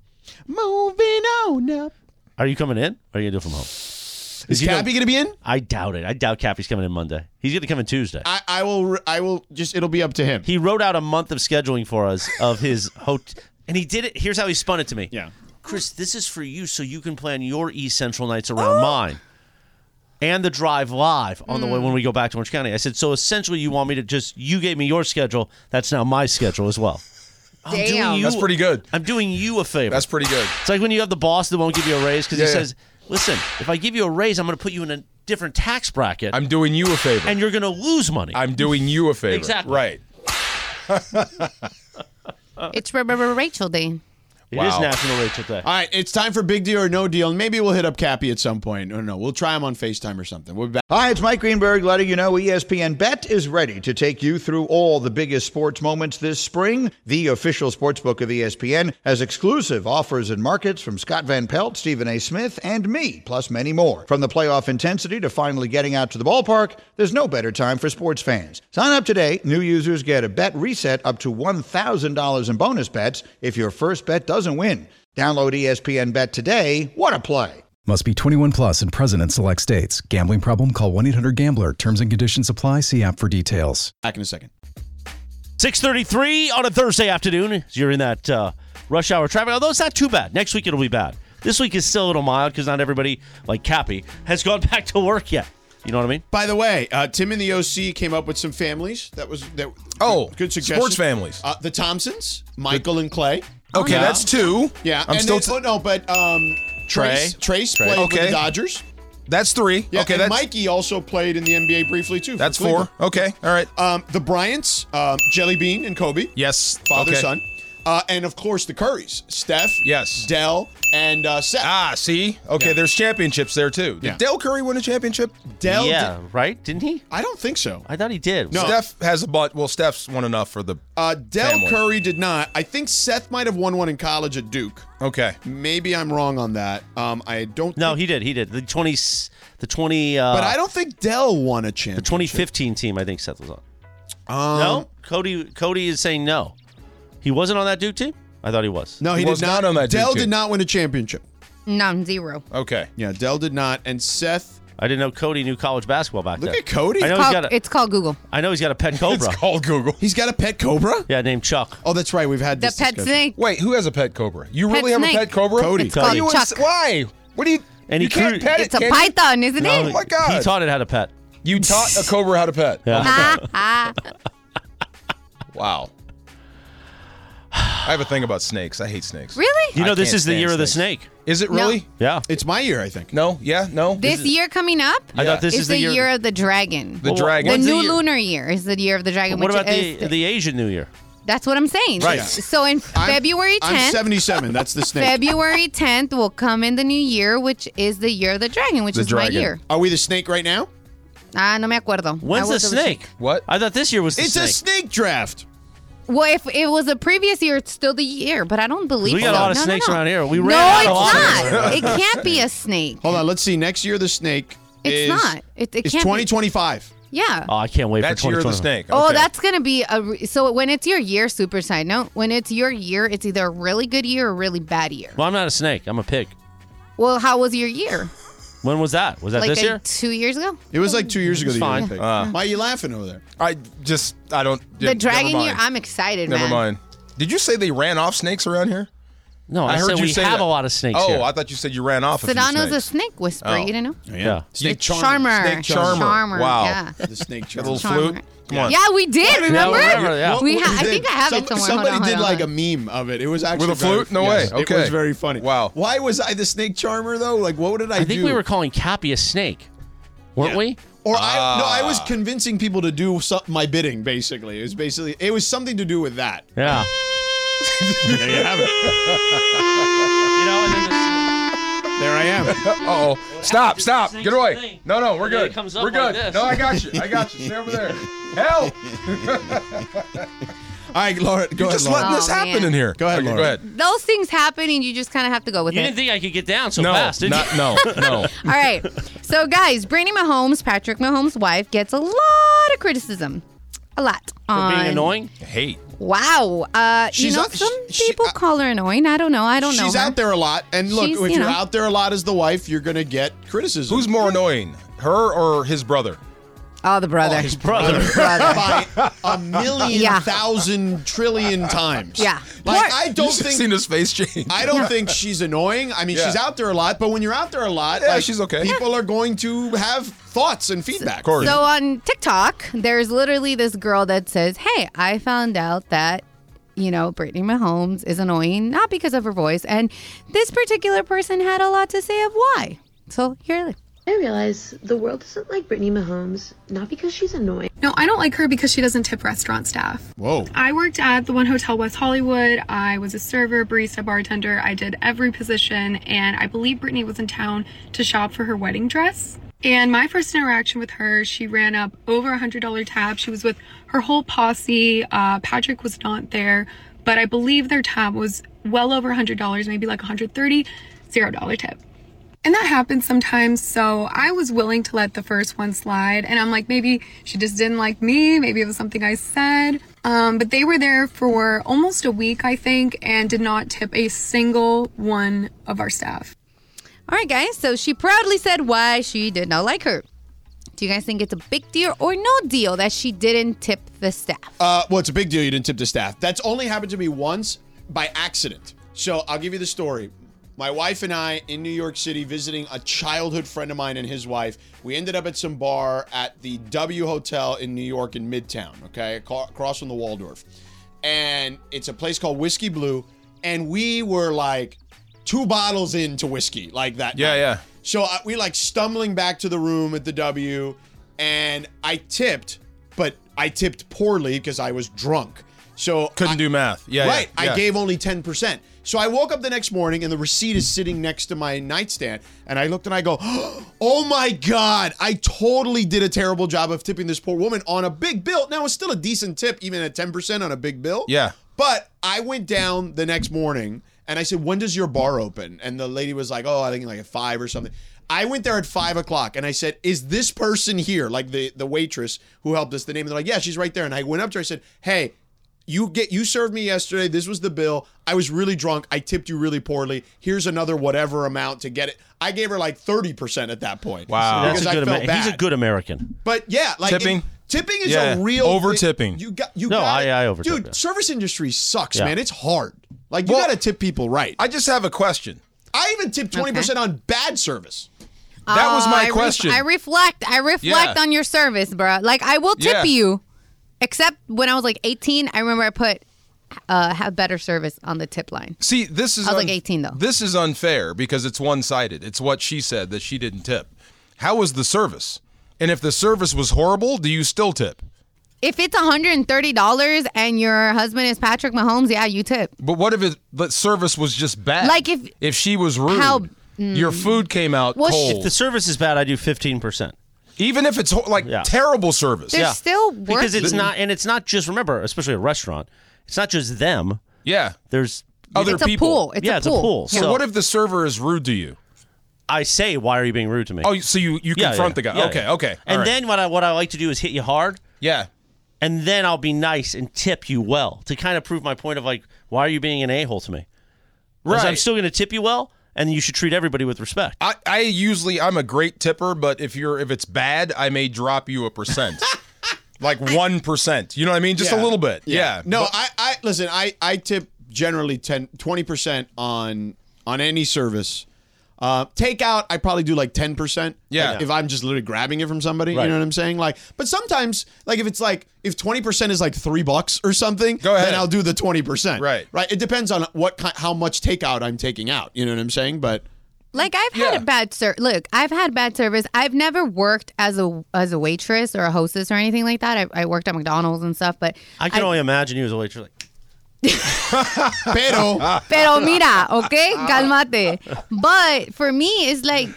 Speaker 3: Moving on up.
Speaker 2: Are you coming in? Or are you gonna do it from home?
Speaker 3: Is
Speaker 2: you know-
Speaker 3: Cappy gonna be in?
Speaker 2: I doubt it. I doubt Cappy's coming in Monday. He's gonna come in Tuesday.
Speaker 3: I, I will. re- I will just. It'll be up to him.
Speaker 2: he wrote out a month of scheduling for us of his *laughs* hotel, and he did it. Here's how he spun it to me.
Speaker 3: yeah.
Speaker 2: Chris, this is for you so you can plan your East Central nights around mine. And the drive live on the way when we go back to Orange County. I said, so essentially you want me to just you gave me your schedule. That's now my schedule as well. I'm doing
Speaker 1: Damn.
Speaker 2: you-
Speaker 4: That's pretty good.
Speaker 2: I'm doing you a favor.
Speaker 4: That's pretty good.
Speaker 2: It's like when you have the boss that won't give you a raise because
Speaker 4: Yeah,
Speaker 2: he
Speaker 4: yeah.
Speaker 2: says, "Listen, if I give you a raise, I'm going to put you in a different tax bracket,
Speaker 4: I'm doing you a favor.
Speaker 2: and you're going to lose money."
Speaker 4: I'm doing you a favor.
Speaker 2: Exactly.
Speaker 4: Right.
Speaker 1: It's R- R- R- Rachel Day.
Speaker 2: It is
Speaker 4: Wow.
Speaker 2: National Rachel Day.
Speaker 3: All right, it's time for Big Deal or No Deal, and maybe we'll hit up Cappy at some point. I don't know. We'll try him on FaceTime or something. We'll be back.
Speaker 7: Hi, it's Mike Greenberg letting you know E ESPN Bet is ready to take you through all the biggest sports moments this spring. The official sportsbook of E ESPN has exclusive offers and markets from Scott Van Pelt, Stephen A. Smith, and me, plus many more. From the playoff intensity to finally getting out to the ballpark, there's no better time for sports fans. Sign up today. New users get a bet reset up to $1,000 in bonus bets if your first bet doesn't win. Download E ESPN Bet today. What a play!
Speaker 6: Must be 21 plus and present in select states. Gambling problem? Call 1 800 Gambler. Terms and conditions apply. See app for details.
Speaker 3: Back in a second.
Speaker 2: 6:33 on a Thursday afternoon. You're in that uh, rush hour traffic. Although it's not too bad. Next week it'll be bad. This week is still a little mild because not everybody, like Cappy, has gone *laughs* back to work yet. You know what I mean?
Speaker 3: By the way, uh, Tim in the OC came up with some families. That was that.
Speaker 4: Oh,
Speaker 3: good, good suggestion.
Speaker 4: sports families.
Speaker 3: Uh, the Thompsons, Michael and Clay.
Speaker 4: Okay,
Speaker 3: Yeah.
Speaker 4: that's two.
Speaker 3: Yeah,
Speaker 4: I'm
Speaker 3: and
Speaker 4: still.
Speaker 3: then- oh, no, but um,
Speaker 4: Trey.
Speaker 3: Trace, Trace played with
Speaker 4: Okay.
Speaker 3: the Dodgers.
Speaker 4: that's three.
Speaker 3: Yeah,
Speaker 4: okay,
Speaker 3: and
Speaker 4: that's
Speaker 3: Mikey also played in the NBA briefly too. for
Speaker 4: that's four.
Speaker 3: Cleveland.
Speaker 4: Okay, all right.
Speaker 3: Um, the Bryants, um, Jelly Bean and Kobe.
Speaker 4: Yes,
Speaker 3: father
Speaker 4: okay.
Speaker 3: son, uh, and of course the Currys, Steph,
Speaker 4: Yes.
Speaker 3: Dell, and uh, Seth.
Speaker 4: Ah, see. Okay,
Speaker 3: Yeah.
Speaker 4: there's championships there too. Did
Speaker 3: Yeah.
Speaker 4: Dale Curry win a championship?
Speaker 3: Dell,
Speaker 2: yeah, right? Didn't he?
Speaker 3: I don't think so.
Speaker 2: I thought he did.
Speaker 3: No.
Speaker 4: Steph has a butt. Well, Steph's won enough for the.
Speaker 3: Uh, Dell
Speaker 4: Family.
Speaker 3: Curry did not. I think Seth might have won one in college at Duke.
Speaker 4: Okay.
Speaker 3: Maybe I'm wrong on that. Um, I don't.
Speaker 2: No,
Speaker 3: think-
Speaker 2: he did. He did. The 20, the 20, uh,
Speaker 3: but I don't think Dell won a championship.
Speaker 2: 2015 team. I think Seth was on.
Speaker 3: Um,
Speaker 2: no, Cody. Cody is saying no. He wasn't on that Duke team. I thought he was.
Speaker 3: No, he,
Speaker 4: He
Speaker 3: did
Speaker 4: was not on that Duke
Speaker 3: Dell
Speaker 4: team.
Speaker 3: did not win a championship.
Speaker 1: None zero.
Speaker 2: Oh,
Speaker 4: Okay.
Speaker 3: Yeah, Dell did not, and Seth.
Speaker 2: I didn't know Cody knew college basketball back
Speaker 3: Look
Speaker 2: then.
Speaker 3: at Cody.
Speaker 2: I know
Speaker 1: Call-
Speaker 2: he's got a.
Speaker 1: it's called Google.
Speaker 2: I know he's got a pet
Speaker 4: *laughs*
Speaker 2: cobra.
Speaker 4: It's called Google.
Speaker 3: He's got a pet cobra.
Speaker 2: yeah, named Chuck.
Speaker 3: Oh, that's right. We've had
Speaker 1: The
Speaker 3: this
Speaker 1: pet
Speaker 3: discussion.
Speaker 1: snake.
Speaker 4: Wait, who has a pet cobra? You
Speaker 1: Pet
Speaker 4: really have
Speaker 1: snake.
Speaker 4: a pet cobra?
Speaker 3: Cody.
Speaker 1: It's
Speaker 4: Are
Speaker 1: called
Speaker 4: you
Speaker 1: Chuck.
Speaker 4: ins- Why? What do you?
Speaker 2: And he
Speaker 4: you can't
Speaker 2: cru-
Speaker 4: pet it.
Speaker 1: It's a
Speaker 4: can you?
Speaker 1: python, isn't
Speaker 2: No,
Speaker 1: *laughs* it?
Speaker 4: Oh my God.
Speaker 2: Oh, He taught it how to pet.
Speaker 4: You taught a cobra how to pet.
Speaker 2: Yeah.
Speaker 1: Ha, ha.
Speaker 4: Wow. I have a thing about snakes. I hate snakes.
Speaker 1: really?
Speaker 2: You know,
Speaker 4: I
Speaker 2: this
Speaker 4: can't
Speaker 2: is the
Speaker 4: stand
Speaker 2: year of the snake.
Speaker 4: snakes. Is it really?
Speaker 2: Yeah.
Speaker 3: It's my year, I think.
Speaker 4: No. Yeah. No.
Speaker 1: This
Speaker 4: Is it-
Speaker 1: year coming up
Speaker 2: I thought this
Speaker 1: is,
Speaker 2: is the year.
Speaker 1: of the dragon.
Speaker 4: The
Speaker 2: Well,
Speaker 4: dragon.
Speaker 1: The
Speaker 2: When's the
Speaker 1: new
Speaker 2: year?
Speaker 1: lunar year is the year of the dragon.
Speaker 2: what
Speaker 1: which
Speaker 2: about the,
Speaker 1: is
Speaker 2: the Asian New Year?
Speaker 1: That's what I'm saying.
Speaker 2: Right.
Speaker 1: So in February
Speaker 3: I'm
Speaker 1: 10th,
Speaker 3: 77. That's
Speaker 1: *laughs*
Speaker 3: the snake.
Speaker 1: February 10th will come in the new year, which is the year of the dragon, which
Speaker 4: The
Speaker 1: is my
Speaker 4: dragon.
Speaker 1: year.
Speaker 3: Are we the snake right now?
Speaker 1: Ah, no me acuerdo. I
Speaker 2: When's
Speaker 1: will
Speaker 2: the
Speaker 1: double
Speaker 2: snake?
Speaker 1: check.
Speaker 4: What?
Speaker 2: I thought this year was the
Speaker 3: It's
Speaker 2: snake.
Speaker 3: a snake draft.
Speaker 1: Well, if it was the previous year, it's still the year, but I don't believe
Speaker 2: We got a
Speaker 1: so.
Speaker 2: lot of
Speaker 1: No, no,
Speaker 2: snakes
Speaker 1: no.
Speaker 2: around here. We
Speaker 1: no,
Speaker 2: ran out
Speaker 1: it's
Speaker 2: of options.
Speaker 1: not.
Speaker 2: *laughs*
Speaker 1: it can't be a snake.
Speaker 3: Hold on. Let's see. Next year, the snake.
Speaker 1: It's
Speaker 3: Oh, is-
Speaker 1: not. It- it
Speaker 3: it's
Speaker 1: can't be.
Speaker 3: 2025.
Speaker 1: Yeah.
Speaker 2: Oh, I can't wait
Speaker 4: That's
Speaker 2: for
Speaker 4: year of the
Speaker 2: 2020.
Speaker 4: snake.
Speaker 1: Oh,
Speaker 4: Okay.
Speaker 1: that's gonna be a re- so when it's your year. Super side note: when it's your year, it's either a really good year or a really bad year.
Speaker 2: Well, I'm not a snake. I'm a pig.
Speaker 1: Well, how was your year?
Speaker 2: When was that? Was that
Speaker 1: like
Speaker 2: this
Speaker 1: a-
Speaker 2: year?
Speaker 1: two years ago.
Speaker 3: It was like two years ago.
Speaker 2: It's
Speaker 3: that you
Speaker 2: fine.
Speaker 3: were picked.
Speaker 4: Ah.
Speaker 3: Why are you laughing over there?
Speaker 4: I just. I don't.
Speaker 1: The
Speaker 4: never
Speaker 1: dragon
Speaker 4: mind.
Speaker 1: year. I'm excited,
Speaker 4: Never
Speaker 1: man.
Speaker 4: mind. Did you say they ran off snakes around here?
Speaker 2: no, I,
Speaker 4: heard
Speaker 2: said
Speaker 4: you
Speaker 2: we
Speaker 4: say
Speaker 2: have
Speaker 4: that.
Speaker 2: a lot of snakes
Speaker 4: Oh,
Speaker 2: here.
Speaker 4: I thought you said you ran off. a
Speaker 1: Sedano's
Speaker 4: few
Speaker 1: a
Speaker 4: snakes.
Speaker 1: snake whisperer.
Speaker 4: Oh.
Speaker 1: You didn't know?
Speaker 2: yeah.
Speaker 3: Snake
Speaker 1: It's
Speaker 3: charmer.
Speaker 1: Charmer.
Speaker 4: Snake charmer. Wow.
Speaker 1: Yeah.
Speaker 3: The
Speaker 4: *laughs*
Speaker 3: snake
Speaker 4: Got a
Speaker 3: charmer.
Speaker 4: little
Speaker 1: Charmer.
Speaker 4: flute. Come on.
Speaker 1: Yeah, we did. Remember?
Speaker 2: remember, yeah.
Speaker 1: We
Speaker 3: What
Speaker 1: ha-
Speaker 3: we
Speaker 1: I
Speaker 3: did-
Speaker 1: think I have
Speaker 3: some-
Speaker 1: it somewhere. Hold
Speaker 3: Somebody
Speaker 1: on, hold
Speaker 3: did
Speaker 1: on,
Speaker 3: like a
Speaker 1: hold on.
Speaker 3: meme of it. It was actually
Speaker 4: a
Speaker 3: very-
Speaker 4: flute? No
Speaker 3: yes,
Speaker 4: way.
Speaker 3: It was
Speaker 4: Okay.
Speaker 3: very funny.
Speaker 4: Wow.
Speaker 3: Why was I the snake charmer though? Like, what did I,
Speaker 2: I think
Speaker 3: do?
Speaker 2: we were calling Cappy a snake, weren't
Speaker 3: Yeah.
Speaker 2: we?
Speaker 3: Or I no, I was
Speaker 1: Ah.
Speaker 3: convincing people to do some, my bidding. Basically, it was basically it was something to do with that.
Speaker 4: *laughs*
Speaker 2: Yeah.
Speaker 3: there you have it.
Speaker 2: You know, and then the
Speaker 3: There I am.
Speaker 4: Uh oh. Stop, stop.
Speaker 2: Snake's
Speaker 4: Get
Speaker 2: the thing.
Speaker 4: away. No, no, we're
Speaker 2: And then
Speaker 4: good.
Speaker 2: it comes up
Speaker 4: we're
Speaker 2: like
Speaker 4: good.
Speaker 2: this.
Speaker 4: No, I got you. I got you. Stay over there.
Speaker 2: *laughs*
Speaker 4: Help.
Speaker 3: All right, Laura, go
Speaker 4: You're
Speaker 3: ahead.
Speaker 4: just
Speaker 3: Laura.
Speaker 4: letting
Speaker 1: Oh,
Speaker 4: this happen
Speaker 1: man.
Speaker 4: in here.
Speaker 3: Go ahead,
Speaker 4: Okay,
Speaker 3: Laura.
Speaker 4: Go ahead.
Speaker 1: Those things happen, and you just kind of have to go with
Speaker 2: you *laughs*
Speaker 1: it.
Speaker 2: didn't think I could get down so
Speaker 4: No,
Speaker 2: fast, did you?
Speaker 4: not, no,
Speaker 2: *laughs*
Speaker 4: no.
Speaker 1: All right. So, guys, Brandy Mahomes, Patrick Mahomes' wife, gets a lot of criticism. A lot.
Speaker 2: For
Speaker 1: On,
Speaker 2: being annoying.
Speaker 4: Hate.
Speaker 1: Wow. Uh, you
Speaker 3: She's
Speaker 1: know,
Speaker 3: not-
Speaker 1: some
Speaker 3: she- she-
Speaker 1: people
Speaker 3: uh,
Speaker 1: call her annoying. I don't know. I don't know.
Speaker 3: She's
Speaker 1: her.
Speaker 3: out there a lot, and look,
Speaker 1: She's,
Speaker 3: if
Speaker 1: you
Speaker 3: you
Speaker 1: know.
Speaker 3: are out there a lot as the wife, you're gonna get criticism.
Speaker 4: Who's more annoying, her or his brother?
Speaker 1: Oh, the brother.
Speaker 2: His brother.
Speaker 1: brother.
Speaker 4: *laughs*
Speaker 3: by a million,
Speaker 1: Yeah.
Speaker 3: thousand, trillion times?
Speaker 1: Yeah.
Speaker 3: like
Speaker 1: Poor-
Speaker 3: I don't
Speaker 4: You've seen
Speaker 3: think.
Speaker 4: his face change.
Speaker 3: I don't think she's annoying. I mean,
Speaker 4: Yeah.
Speaker 3: she's out there a lot, but when you're out there a lot,
Speaker 4: Yeah,
Speaker 3: like,
Speaker 4: she's okay.
Speaker 3: People are going to have thoughts and feedback. Of
Speaker 4: course.
Speaker 1: So on TikTok, there's literally this girl that says, "Hey, I found out that you know, Brittany Mahomes is annoying, not because of her voice. And this particular person had a lot to say of why. So here,
Speaker 8: I realize the world doesn't like Brittany Mahomes, not because she's annoying.
Speaker 9: No, I don't like her because she doesn't tip restaurant staff.
Speaker 3: Whoa.
Speaker 9: I worked at the one hotel West Hollywood. I was a server, barista, bartender. I did every position, and I believe Brittany was in town to shop for her wedding dress. And my first interaction with her, she ran up over a hundred dollar tab. She was with her whole posse. Uh, Patrick was not there, but I believe their tab was well over a hundred dollars, maybe like 130, zero dollar tip. And that happens sometimes. So I was willing to let the first one slide. And I'm like, maybe she just didn't like me. Maybe it was something I said. Um, but they were there for almost a week, I think, and did not tip a single one of our staff.
Speaker 1: all right, guys. So she proudly said why she did not like her. Do you guys think it's a big deal or no deal that she didn't tip the staff?
Speaker 3: Uh, well, it's a big deal you didn't tip the staff. That's only happened to me once by accident. So I'll give you the story. My wife and I in New York City visiting a childhood friend of mine and his wife. We ended up at some bar at the W Hotel in New York in Midtown, okay, ac- across from the Waldorf. And it's a place called Whiskey Blue. And we were like two bottles into whiskey, like that.
Speaker 4: Yeah,
Speaker 3: night.
Speaker 4: yeah.
Speaker 3: So I, we like stumbling back to the room at the W, and I tipped, but I tipped poorly because I was drunk. So
Speaker 4: Couldn't
Speaker 3: I-
Speaker 4: do math. Yeah,
Speaker 3: right.
Speaker 4: yeah, yeah.
Speaker 3: I gave only ten percent. So I woke up the next morning and the receipt is sitting next to my nightstand, and I looked and I go, *gasps* "Oh my god! I totally did a terrible job of tipping this poor woman on a big bill. Now it's still a decent tip, even at ten percent on a big bill.
Speaker 4: Yeah.
Speaker 3: But I went down the next morning and I said, When does your bar open? And the lady was like, Oh, I think like at five or something. I went there at five o'clock and I said, Is this person here? Like the, the waitress who helped us, the name. And they're like, Yeah, she's right there. And I went up to her and said, Hey, you get you served me yesterday. This was the bill. I was really drunk. I tipped you really poorly. Here's another whatever amount to get it. I gave her like 30% at that point.
Speaker 4: Wow.
Speaker 2: That's
Speaker 3: Because
Speaker 2: a
Speaker 3: I
Speaker 2: good.
Speaker 3: felt
Speaker 2: Amer- he's a
Speaker 3: bad.
Speaker 2: good American.
Speaker 3: But yeah, like
Speaker 4: Tipping?
Speaker 3: it- tipping is
Speaker 4: Yeah.
Speaker 3: a real
Speaker 4: Over-tipping.
Speaker 3: thing. You got you
Speaker 2: No,
Speaker 3: got
Speaker 2: I- I over-tip,
Speaker 3: Dude,
Speaker 2: yeah.
Speaker 3: service industry sucks,
Speaker 2: Yeah.
Speaker 3: man. It's hard. Like you
Speaker 4: Well-
Speaker 3: got to tip people right. I,
Speaker 4: I just have a question.
Speaker 3: even tip 20% on bad service.
Speaker 4: That was
Speaker 1: Uh, I
Speaker 4: my
Speaker 1: ref-
Speaker 4: question.
Speaker 1: I reflect. I reflect
Speaker 4: Yeah.
Speaker 1: on your service, bruh. Like I will tip
Speaker 4: Yeah.
Speaker 1: you, except when I was like 18. I remember I put uh, have better service on the tip line.
Speaker 4: See, this is
Speaker 1: I was like 18 though.
Speaker 4: This is unfair because it's one-sided. It's what she said that she didn't tip. How was the service? And if the service was horrible, do you still tip?
Speaker 1: If it's 130 dollars and your husband is Patrick Mahomes, yeah, you tip.
Speaker 4: But what if it, the service was just bad?
Speaker 1: Like if-
Speaker 4: if she was rude,
Speaker 1: How- mm.
Speaker 4: your food came out
Speaker 1: Well, she-
Speaker 4: cold.
Speaker 2: If the service is bad, I do fifteen percent.
Speaker 4: Even if it's ho- like
Speaker 2: Yeah.
Speaker 4: terrible service.
Speaker 1: There's still work.
Speaker 2: because it's not, and it's not just remember, especially a restaurant. It's not just them.
Speaker 4: Yeah.
Speaker 2: There's
Speaker 4: Other
Speaker 1: It's a
Speaker 4: people.
Speaker 1: pool. Oh, It's
Speaker 2: yeah,
Speaker 1: a
Speaker 2: it's a
Speaker 1: pool.
Speaker 2: pool.
Speaker 4: So,
Speaker 2: So
Speaker 4: what if the server is rude to you?
Speaker 2: I say, why are you being rude to me?
Speaker 4: Oh, so you you
Speaker 2: Yeah,
Speaker 4: confront
Speaker 2: yeah,
Speaker 4: the guy.
Speaker 2: yeah,
Speaker 4: okay,
Speaker 2: yeah.
Speaker 4: okay.
Speaker 2: And
Speaker 4: all right.
Speaker 2: then what I what I like to do is hit you hard,
Speaker 4: yeah.
Speaker 2: and then I'll be nice and tip you well to kind of prove my point of like, why are you being an a hole to me? 'Cause
Speaker 4: Right.
Speaker 2: I'm still going to tip you well, and you should treat everybody with respect.
Speaker 4: I, I usually I'm a great tipper, but if you're if it's bad, I may drop you a
Speaker 3: *laughs*
Speaker 4: percent. like 1%. You know what I mean? Just a
Speaker 3: Yeah.
Speaker 4: little bit. Yeah.
Speaker 3: No, I, I listen, I, I tip generally 10 20% on on any service. Uh, takeout, I probably do like ten percent.
Speaker 4: Yeah.
Speaker 3: if I'm just literally grabbing it from somebody,
Speaker 2: Right.
Speaker 3: you know what I'm saying. Like, but sometimes, like if it's like if twenty percent is like three bucks or something,
Speaker 4: Go ahead.
Speaker 3: then I'll do the twenty percent.
Speaker 4: Right.
Speaker 3: right. It depends on what kind, how much takeout I'm taking out. You know what I'm saying?
Speaker 4: *laughs*
Speaker 3: But
Speaker 1: Like I've had
Speaker 4: Yeah.
Speaker 1: a bad ser. Look, I've had bad service. I've never worked as a as a waitress or a hostess or anything like that. I, I worked at McDonald's and stuff, but
Speaker 2: I can only imagine you as a waitress. Like,
Speaker 3: pero
Speaker 4: *laughs*
Speaker 1: Pero mira, okay, calmate. But for me, it's like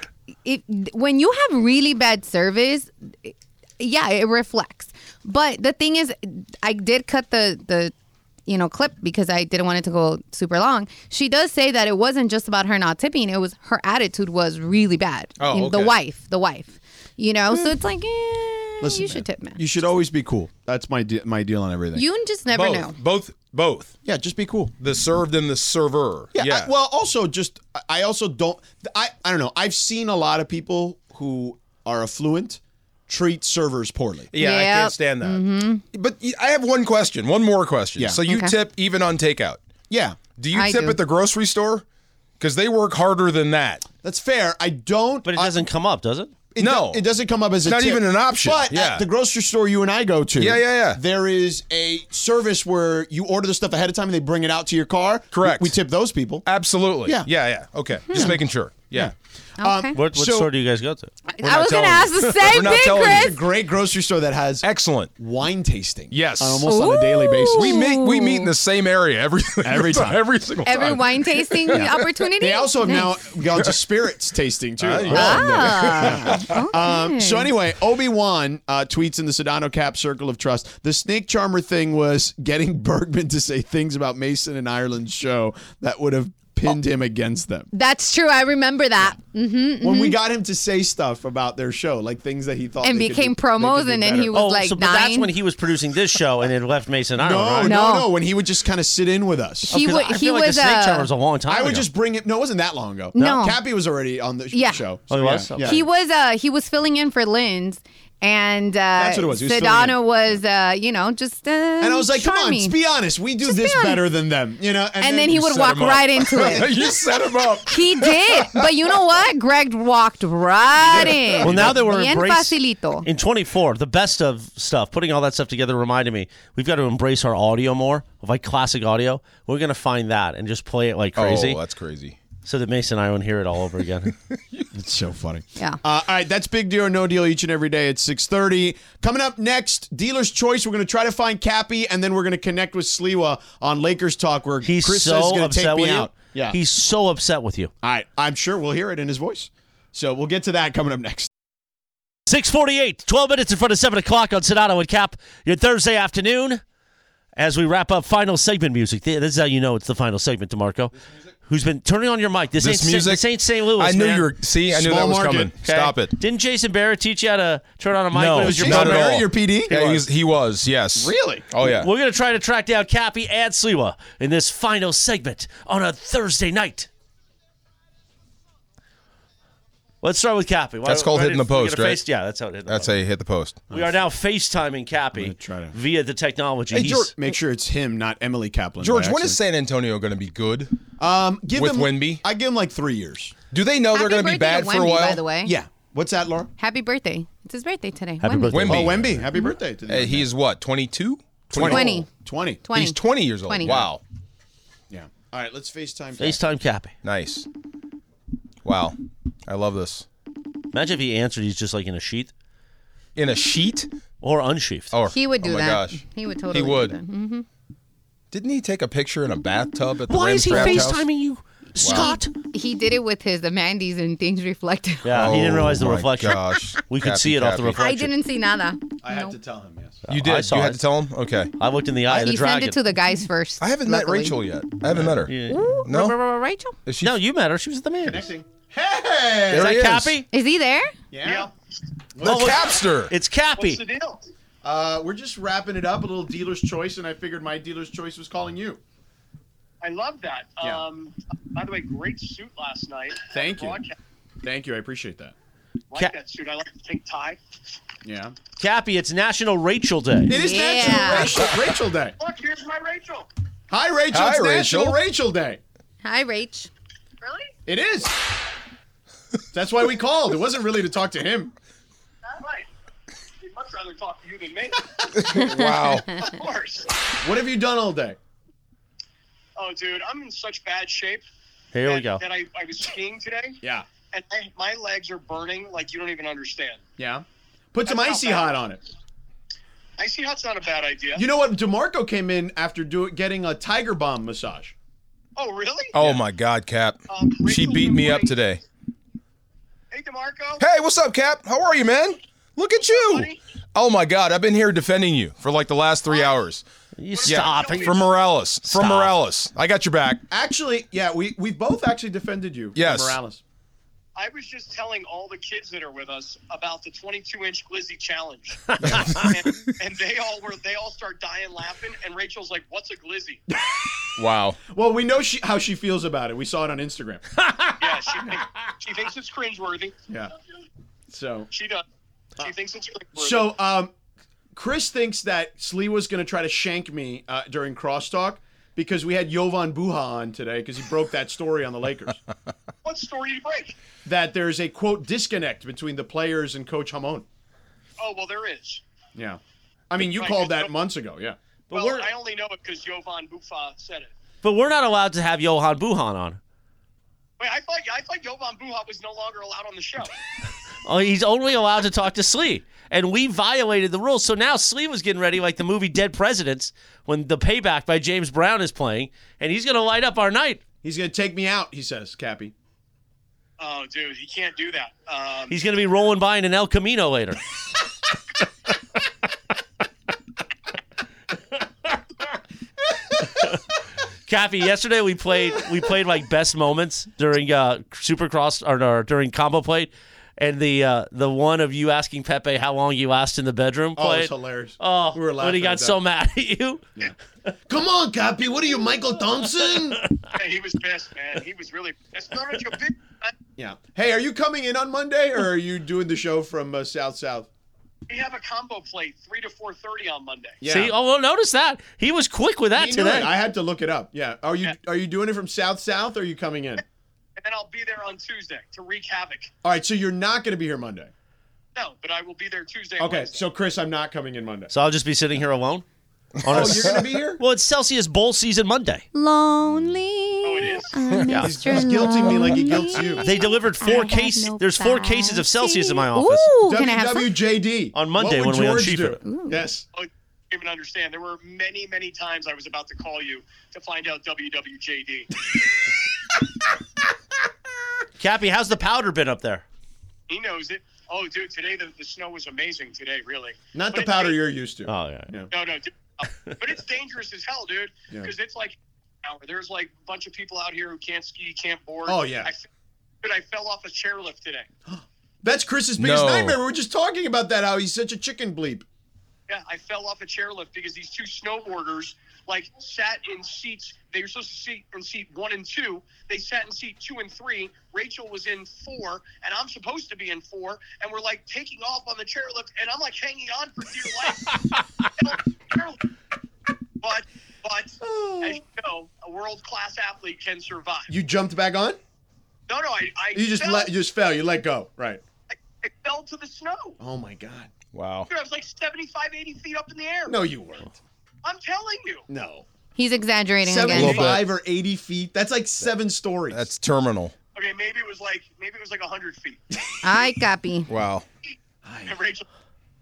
Speaker 1: it, when you have really bad service, it- yeah, it reflects. But the thing is, I did cut the the you know clip because I didn't want it to go super long. She does say that it wasn't just about her not tipping; it was her attitude was really bad.
Speaker 4: Oh,
Speaker 1: You know, The
Speaker 4: okay. Hmm.
Speaker 1: wife, the wife, you know. So it's like, eh,
Speaker 3: Listen,
Speaker 1: you should tip, man.
Speaker 3: you should always be cool. That's my de- my deal on everything.
Speaker 1: You just never
Speaker 4: both,
Speaker 1: know.
Speaker 4: both both.
Speaker 3: yeah, just be cool.
Speaker 4: The served and the server. Yeah.
Speaker 3: Yeah. I- well, also just I- I also don't I I don't know. I've seen a lot of people who are affluent treat servers poorly.
Speaker 4: yeah, I
Speaker 1: Yep.
Speaker 4: can't stand that. But y- I have one question, one more question.
Speaker 3: Mm-hmm.
Speaker 4: So
Speaker 3: Yeah.
Speaker 4: you
Speaker 1: Okay.
Speaker 4: tip even on takeout.
Speaker 3: Yeah.
Speaker 4: Do you
Speaker 1: I
Speaker 4: tip
Speaker 1: do.
Speaker 4: at the grocery store? Because they work harder than that.
Speaker 3: That's fair. I don't
Speaker 2: but it
Speaker 3: I-
Speaker 2: doesn't come up, does it?
Speaker 3: It
Speaker 4: No.
Speaker 3: do- it doesn't come up as a
Speaker 4: Not
Speaker 3: tip.
Speaker 4: even an option.
Speaker 3: But
Speaker 4: Yeah.
Speaker 3: at the grocery store you and I go to,
Speaker 4: Yeah, yeah, yeah.
Speaker 3: there is a service where you order the stuff ahead of time and they bring it out to your car.
Speaker 4: Correct.
Speaker 3: We, we tip those people.
Speaker 4: Uh, Absolutely.
Speaker 3: Yeah. Hmm.
Speaker 4: Yeah. Yeah. Okay. Just making sure. Yeah.
Speaker 3: Um,
Speaker 1: Okay.
Speaker 2: What, what
Speaker 3: So-
Speaker 2: store do you guys go to?
Speaker 1: I
Speaker 4: not
Speaker 1: was
Speaker 4: telling
Speaker 1: gonna ask the same
Speaker 4: *laughs* We're not
Speaker 1: thing,
Speaker 4: telling you.
Speaker 1: Chris.
Speaker 3: It's a great grocery store that has
Speaker 4: Excellent.
Speaker 3: wine tasting.
Speaker 4: Yes.
Speaker 3: on almost on a daily basis.
Speaker 4: We meet. We
Speaker 1: Ooh.
Speaker 4: meet in the same area every *laughs*
Speaker 3: Every time.
Speaker 4: Every single time.
Speaker 1: Every wine
Speaker 3: *laughs*
Speaker 1: tasting opportunity. Ah,
Speaker 3: They also have now
Speaker 1: Nice.
Speaker 3: gone to spirits tasting too. *laughs*
Speaker 1: Ah,
Speaker 3: Um,
Speaker 1: okay.
Speaker 3: so anyway, Obi Wan uh, tweets in the Sedano Cap Circle of Trust. The snake charmer thing was getting *laughs* Bergman to say things about Mason and Ireland's show that would have pinned him against them.
Speaker 1: that's true. I remember
Speaker 3: *laughs*
Speaker 1: that.
Speaker 3: When we got him to say stuff about their show, like things that he thought
Speaker 1: And
Speaker 3: they could
Speaker 1: became
Speaker 3: do- they could
Speaker 1: promos,
Speaker 3: do
Speaker 1: and then
Speaker 3: better.
Speaker 1: he was like
Speaker 2: Oh, so, but that's
Speaker 1: nine.
Speaker 2: when he was producing this show and it left Mason Ireland,
Speaker 3: no,
Speaker 2: right?
Speaker 3: Oh, no,
Speaker 1: No.
Speaker 3: no. When he would just kind of sit in with us.
Speaker 1: He
Speaker 2: Because
Speaker 1: wa-
Speaker 2: Oh, I feel
Speaker 1: he
Speaker 2: like
Speaker 1: was uh,
Speaker 2: the snake
Speaker 1: a-
Speaker 2: charmer was a long time
Speaker 3: I
Speaker 2: ago.
Speaker 3: would just bring him. No, it wasn't that long ago.
Speaker 1: No.
Speaker 3: Cappy was already on the sh-
Speaker 1: Yeah.
Speaker 3: show.
Speaker 2: Oh, he
Speaker 3: yeah,
Speaker 2: was?
Speaker 3: Yeah.
Speaker 1: He was uh he was filling in for Linz and uh
Speaker 3: what it was. He was filling
Speaker 1: Sedano was uh, you know, just uh
Speaker 3: and I was like, "Come on,
Speaker 1: charming.
Speaker 3: let's be honest. We do
Speaker 1: Just
Speaker 3: this
Speaker 1: be honest.
Speaker 3: better than them, you know."
Speaker 1: and then he would walk right into
Speaker 4: *laughs*
Speaker 1: it.
Speaker 3: *laughs*
Speaker 4: you set him up.
Speaker 1: He did. But you know what? Greg walked right in.
Speaker 2: Well, now they were
Speaker 1: Bien
Speaker 2: embrace-
Speaker 1: facilito.
Speaker 2: in 24. The best of stuff, putting all that stuff together, reminded me we've got to embrace our audio more. Of like classic audio, we're gonna find that and just play it like crazy,
Speaker 4: Oh, that's *laughs* crazy.
Speaker 2: so that Mason and I won't hear it all over *laughs* again.
Speaker 3: It's so funny.
Speaker 1: Yeah.
Speaker 3: Uh, all right, that's Big Deal or No Deal each and every day at 6.30. Coming up next, Dealer's Choice. We're going to try to find Cappy, and then we're going to connect with Sliwa on Lakers Talk, where
Speaker 2: He's
Speaker 3: Chris is
Speaker 2: so
Speaker 3: going to
Speaker 2: upset
Speaker 3: take me
Speaker 2: with you.
Speaker 3: out. Yeah.
Speaker 2: He's so upset with you.
Speaker 3: all right, I'm sure we'll hear it in his voice. So we'll get to that coming up next.
Speaker 2: 648, 12 minutes in front of 7 o'clock on Sonato and Cap, your Thursday afternoon. As we wrap up final segment music, Th- this is how you know it's the final segment, DeMarco. Who's been turning on your mic? This,
Speaker 4: This
Speaker 2: ain't, Sa-
Speaker 4: music.
Speaker 2: this ain't St. Louis.
Speaker 4: I knew
Speaker 2: man.
Speaker 4: you were. See, I knew
Speaker 3: Small
Speaker 4: that was
Speaker 3: market.
Speaker 4: coming.
Speaker 2: Okay?
Speaker 4: Stop it.
Speaker 2: Didn't Jason Barrett teach you how to turn on a mic
Speaker 4: No,
Speaker 2: when it was your
Speaker 3: Jason
Speaker 4: not
Speaker 2: brother?
Speaker 4: at
Speaker 3: Barrett,
Speaker 4: all.
Speaker 3: your PD? He
Speaker 4: Yeah, he
Speaker 3: was.
Speaker 4: was. He was. Yes.
Speaker 3: Really?
Speaker 4: Oh yeah.
Speaker 2: We're going to try to track down Cappy and Sliwa in this final segment on a Thursday night. Let's start with Cappy. Why-
Speaker 4: That's called
Speaker 2: why
Speaker 4: hitting
Speaker 2: did-
Speaker 4: the
Speaker 2: we get
Speaker 4: post,
Speaker 2: a
Speaker 4: right?
Speaker 2: face- Yeah, that's how it hit the
Speaker 4: That's
Speaker 2: post.
Speaker 4: a hit the post.
Speaker 2: We are now FaceTiming Cappy
Speaker 3: try to-
Speaker 2: via the technology.
Speaker 3: Hey,
Speaker 2: He's-
Speaker 3: George, make sure it's him, not Emily Kaplan. by
Speaker 4: George, when is
Speaker 3: accident.
Speaker 4: San Antonio going to be good?
Speaker 3: um, give
Speaker 4: with
Speaker 3: him,
Speaker 4: Wemby?
Speaker 3: I give him like three years.
Speaker 4: Do they know
Speaker 1: Happy
Speaker 4: they're going to
Speaker 1: birthday
Speaker 4: be bad
Speaker 1: to
Speaker 4: for a
Speaker 1: Wemby,
Speaker 4: while?
Speaker 1: by the way.
Speaker 3: Yeah. What's that, Laura?
Speaker 1: Happy birthday. It's his birthday today.
Speaker 2: Happy
Speaker 1: Wemby.
Speaker 2: birthday.
Speaker 4: Wemby.
Speaker 3: Oh, Wemby. Happy birthday to the
Speaker 4: Hey,
Speaker 3: young
Speaker 4: he's what? 22?
Speaker 1: 20.
Speaker 3: 20.
Speaker 1: 20.
Speaker 4: He's 20 years old.
Speaker 1: 20.
Speaker 4: Wow.
Speaker 3: Yeah. All right, let's FaceTime. Cappy.
Speaker 2: FaceTime Cappy.
Speaker 4: Nice. Wow. I love this.
Speaker 2: Imagine if he answered, he's just like in a sheath
Speaker 4: In a sheet?
Speaker 2: or unsheathed.
Speaker 4: Oh,
Speaker 1: He would do
Speaker 4: oh my
Speaker 1: that.
Speaker 4: gosh.
Speaker 1: He would totally
Speaker 4: He would.
Speaker 1: do that. Mm-hmm.
Speaker 4: Didn't he take a picture in a bathtub at the
Speaker 2: Why
Speaker 4: Rams
Speaker 2: is he
Speaker 4: draft house?
Speaker 2: FaceTiming you, Scott?
Speaker 1: He did it with his Amandis and things reflected.
Speaker 2: Yeah, he didn't
Speaker 4: Oh
Speaker 2: realize the
Speaker 4: my
Speaker 2: reflection.
Speaker 4: Gosh.
Speaker 2: *laughs* We could
Speaker 4: Cappy,
Speaker 2: see it off the
Speaker 4: Cappy.
Speaker 1: *laughs* I
Speaker 2: reflection.
Speaker 1: didn't see nada.
Speaker 3: I had to tell him, yes.
Speaker 4: You
Speaker 2: I
Speaker 4: did.
Speaker 2: saw
Speaker 4: You had
Speaker 2: it.
Speaker 4: to tell him? Okay.
Speaker 2: I looked in the eye of the
Speaker 1: he
Speaker 2: dragon.
Speaker 1: sent it to the guys first.
Speaker 4: I haven't
Speaker 1: luckily.
Speaker 4: met Rachel yet. I haven't met her.
Speaker 1: Ooh,
Speaker 4: No?
Speaker 1: r- r- r- Rachel?
Speaker 4: Is she
Speaker 2: no, you met her. She was at the man. Is
Speaker 3: Hey!
Speaker 4: There
Speaker 2: that
Speaker 4: he is.
Speaker 2: Cappy?
Speaker 1: Is he there?
Speaker 3: Yeah.
Speaker 4: The
Speaker 2: Oh, look.
Speaker 4: capster.
Speaker 2: It's Cappy.
Speaker 3: deal? Uh, we're just wrapping it up, a little dealer's choice, and I figured my dealer's choice was calling you.
Speaker 10: I love that.
Speaker 3: Yeah.
Speaker 10: Um, by the way, great suit last night.
Speaker 3: Thank you.
Speaker 10: Broadcast.
Speaker 3: Thank you. I appreciate that.
Speaker 10: I
Speaker 2: Ca-
Speaker 10: like that suit. I like the pink tie.
Speaker 3: Yeah.
Speaker 2: Cappy, it's National Rachel Day.
Speaker 3: It is
Speaker 1: Yeah.
Speaker 3: National Rachel, Rachel Day.
Speaker 10: Look, here's my Rachel.
Speaker 3: Hi, Rachel.
Speaker 4: Hi,
Speaker 3: it's
Speaker 4: Rachel.
Speaker 3: National Rachel Day.
Speaker 1: Hi, Rach.
Speaker 10: Really?
Speaker 3: It is. That's why we called. It wasn't really to talk to him.
Speaker 10: All right. He'd much rather talk to you than me.
Speaker 2: *laughs*
Speaker 4: Wow.
Speaker 10: of course.
Speaker 3: What have you done all day?
Speaker 10: Oh, dude, I'm in such bad shape.
Speaker 2: Here we
Speaker 10: that-
Speaker 2: go.
Speaker 10: That I, I was skiing today,
Speaker 3: Yeah.
Speaker 10: and I, my legs are burning like you don't even understand.
Speaker 3: Yeah. Put some
Speaker 10: That's
Speaker 3: icy
Speaker 10: not
Speaker 3: hot
Speaker 10: bad.
Speaker 3: on it.
Speaker 10: I see how it's not a bad idea.
Speaker 3: You know what? DeMarco came in after do- getting a tiger bomb massage.
Speaker 10: oh, really?
Speaker 4: Oh my God, Cap.
Speaker 10: Um,
Speaker 4: She
Speaker 10: Rachel
Speaker 4: beat me up
Speaker 10: Ray-
Speaker 4: today.
Speaker 10: Hey, DeMarco.
Speaker 4: Hey, what's up, Cap? How are you, man? Look at you.
Speaker 10: buddy?
Speaker 4: Oh my God, I've been here defending you for like the last three hours.
Speaker 2: You stop. it.
Speaker 4: For Morales. For
Speaker 2: Stop.
Speaker 4: Morales. I got your back.
Speaker 3: Actually, yeah, we we both actually defended you.
Speaker 4: Yes.
Speaker 3: Morales.
Speaker 10: I was just telling all the kids that are with us about the 22-inch Glizzy challenge, and, and they all were they all start dying laughing. And Rachel's like, "What's a Glizzy?"
Speaker 4: Wow.
Speaker 3: Well, we know she, how she feels about it. We saw it on Instagram. *laughs*
Speaker 10: Yeah, she, think, she thinks it's cringeworthy.
Speaker 3: yeah. So
Speaker 10: She does. She thinks it's cringeworthy.
Speaker 3: so um, Chris thinks that Slee was going to try to shank me uh, during
Speaker 2: *laughs*
Speaker 3: crosstalk because we had Jovan Buha on today because he broke that story on the Lakers.
Speaker 10: Well, what story did he break?
Speaker 3: that there's a quote disconnect between the players and Coach Hamon.
Speaker 10: Oh well, there is.
Speaker 3: Yeah, I mean you
Speaker 10: Right,
Speaker 3: called
Speaker 10: it's
Speaker 3: that
Speaker 10: no-
Speaker 3: months ago. Yeah,
Speaker 2: But
Speaker 10: well,
Speaker 2: we're
Speaker 10: I only know it because Jovan Bufa said it.
Speaker 2: but we're not allowed to have Johan Buhan on.
Speaker 10: Wait, I thought I thought Jovan Buha was no longer allowed on the show.
Speaker 2: Oh, he's only allowed to talk to Slee. And we violated the rules. So now Slee was getting ready like the movie Dead Presidents when The Payback by James Brown is playing. And he's going to light up our night.
Speaker 3: he's gonna take me out. He says, Cappy.
Speaker 10: oh, dude, he can't do that. Um,
Speaker 2: He's going to be rolling by in an El Camino later. *laughs* Kathy, yesterday we played we played like best moments during uh, Supercross or, or during combo plate, and the uh, the one of you asking Pepe how long you last in the bedroom
Speaker 3: Oh,
Speaker 2: played.
Speaker 3: it's hilarious.
Speaker 2: Oh,
Speaker 3: we were laughing.
Speaker 2: when he got
Speaker 3: at that.
Speaker 2: so mad at you.
Speaker 3: Come on, Cappy. What are you, Michael
Speaker 2: *laughs*
Speaker 3: Thompson?
Speaker 10: yeah, he was pissed, man. He was really. That's not your big.
Speaker 3: yeah. Hey, are you coming in on Monday or are you doing the show from uh, South South?
Speaker 10: We have a combo plate three to four thirty on Monday.
Speaker 3: Yeah.
Speaker 2: See, oh well, notice that he was quick with that
Speaker 3: He knew
Speaker 2: today.
Speaker 3: it. I had to look it up. Yeah. Are you are you doing it from South South? Or are you coming in?
Speaker 10: and then I'll be there on Tuesday to wreak havoc.
Speaker 3: All right. So you're not going to be here Monday.
Speaker 10: No, but I will be there Tuesday. and
Speaker 3: Okay.
Speaker 10: Wednesday.
Speaker 3: So Chris, I'm not coming in Monday.
Speaker 2: so I'll just be sitting here alone.
Speaker 3: Oh, you're going to be
Speaker 2: *laughs*
Speaker 3: here.
Speaker 2: Well, it's Celsius Bowl season Monday.
Speaker 1: Lonely.
Speaker 3: Oh,
Speaker 10: it is.
Speaker 3: *laughs*
Speaker 1: I'm
Speaker 2: Yeah.
Speaker 1: Mr.
Speaker 3: He's guilting me like he guilts
Speaker 1: Lonely.
Speaker 3: you.
Speaker 2: They delivered
Speaker 1: I
Speaker 2: four
Speaker 1: have
Speaker 2: cases.
Speaker 1: no
Speaker 2: There's four cases of
Speaker 1: backseat.
Speaker 2: Celsius in my office.
Speaker 1: Ooh, can I have some?
Speaker 3: WWJD
Speaker 2: On Monday
Speaker 3: What would
Speaker 2: when we
Speaker 3: George
Speaker 2: unsheath
Speaker 3: do?
Speaker 2: it.
Speaker 3: Yes.
Speaker 10: I don't even understand. There were many, many times I was about to call you to find out WWJD.
Speaker 2: Cappy, how's the powder been up there?
Speaker 10: he knows it. Oh, dude, today the, the snow was amazing today, really.
Speaker 3: Not
Speaker 10: But
Speaker 3: the
Speaker 10: it's
Speaker 3: powder
Speaker 10: da-
Speaker 3: you're used to.
Speaker 2: Oh yeah.
Speaker 10: No, no. dude, uh, but it's dangerous as hell, dude. Because it's like hour. There's like a bunch of people out here who can't ski, can't board.
Speaker 3: Oh, yeah.
Speaker 10: I, fe- dude, I fell off a chairlift today.
Speaker 3: That's Chris's biggest
Speaker 4: No.
Speaker 3: nightmare. We were just talking about that, how he's such a chicken bleep.
Speaker 10: Yeah, I fell off a chairlift because these two snowboarders like sat in seats. They were supposed to sit in seat one and two. They sat in seat two and three. Rachel was in four, and I'm supposed to be in four. And we're like taking off on the chairlift, and I'm like hanging on for dear life.
Speaker 3: *laughs*
Speaker 10: but but as you know, a world class athlete can survive.
Speaker 3: Oh. You jumped back on?
Speaker 10: no, no, I, I
Speaker 3: You just
Speaker 10: fell,
Speaker 3: let you just fell. You let go. Right.
Speaker 10: I fell to the snow.
Speaker 3: Oh my God.
Speaker 4: Wow.
Speaker 10: Dude, I was like 75, 80 feet up in the air.
Speaker 3: No, you weren't.
Speaker 10: I'm telling you.
Speaker 3: No.
Speaker 1: He's exaggerating again.
Speaker 3: Seventy-five or eighty feet. That's like seven stories.
Speaker 4: That's terminal.
Speaker 10: Okay, maybe it was like maybe it was like 100 feet.
Speaker 1: I copy.
Speaker 4: Wow.
Speaker 10: And Rachel,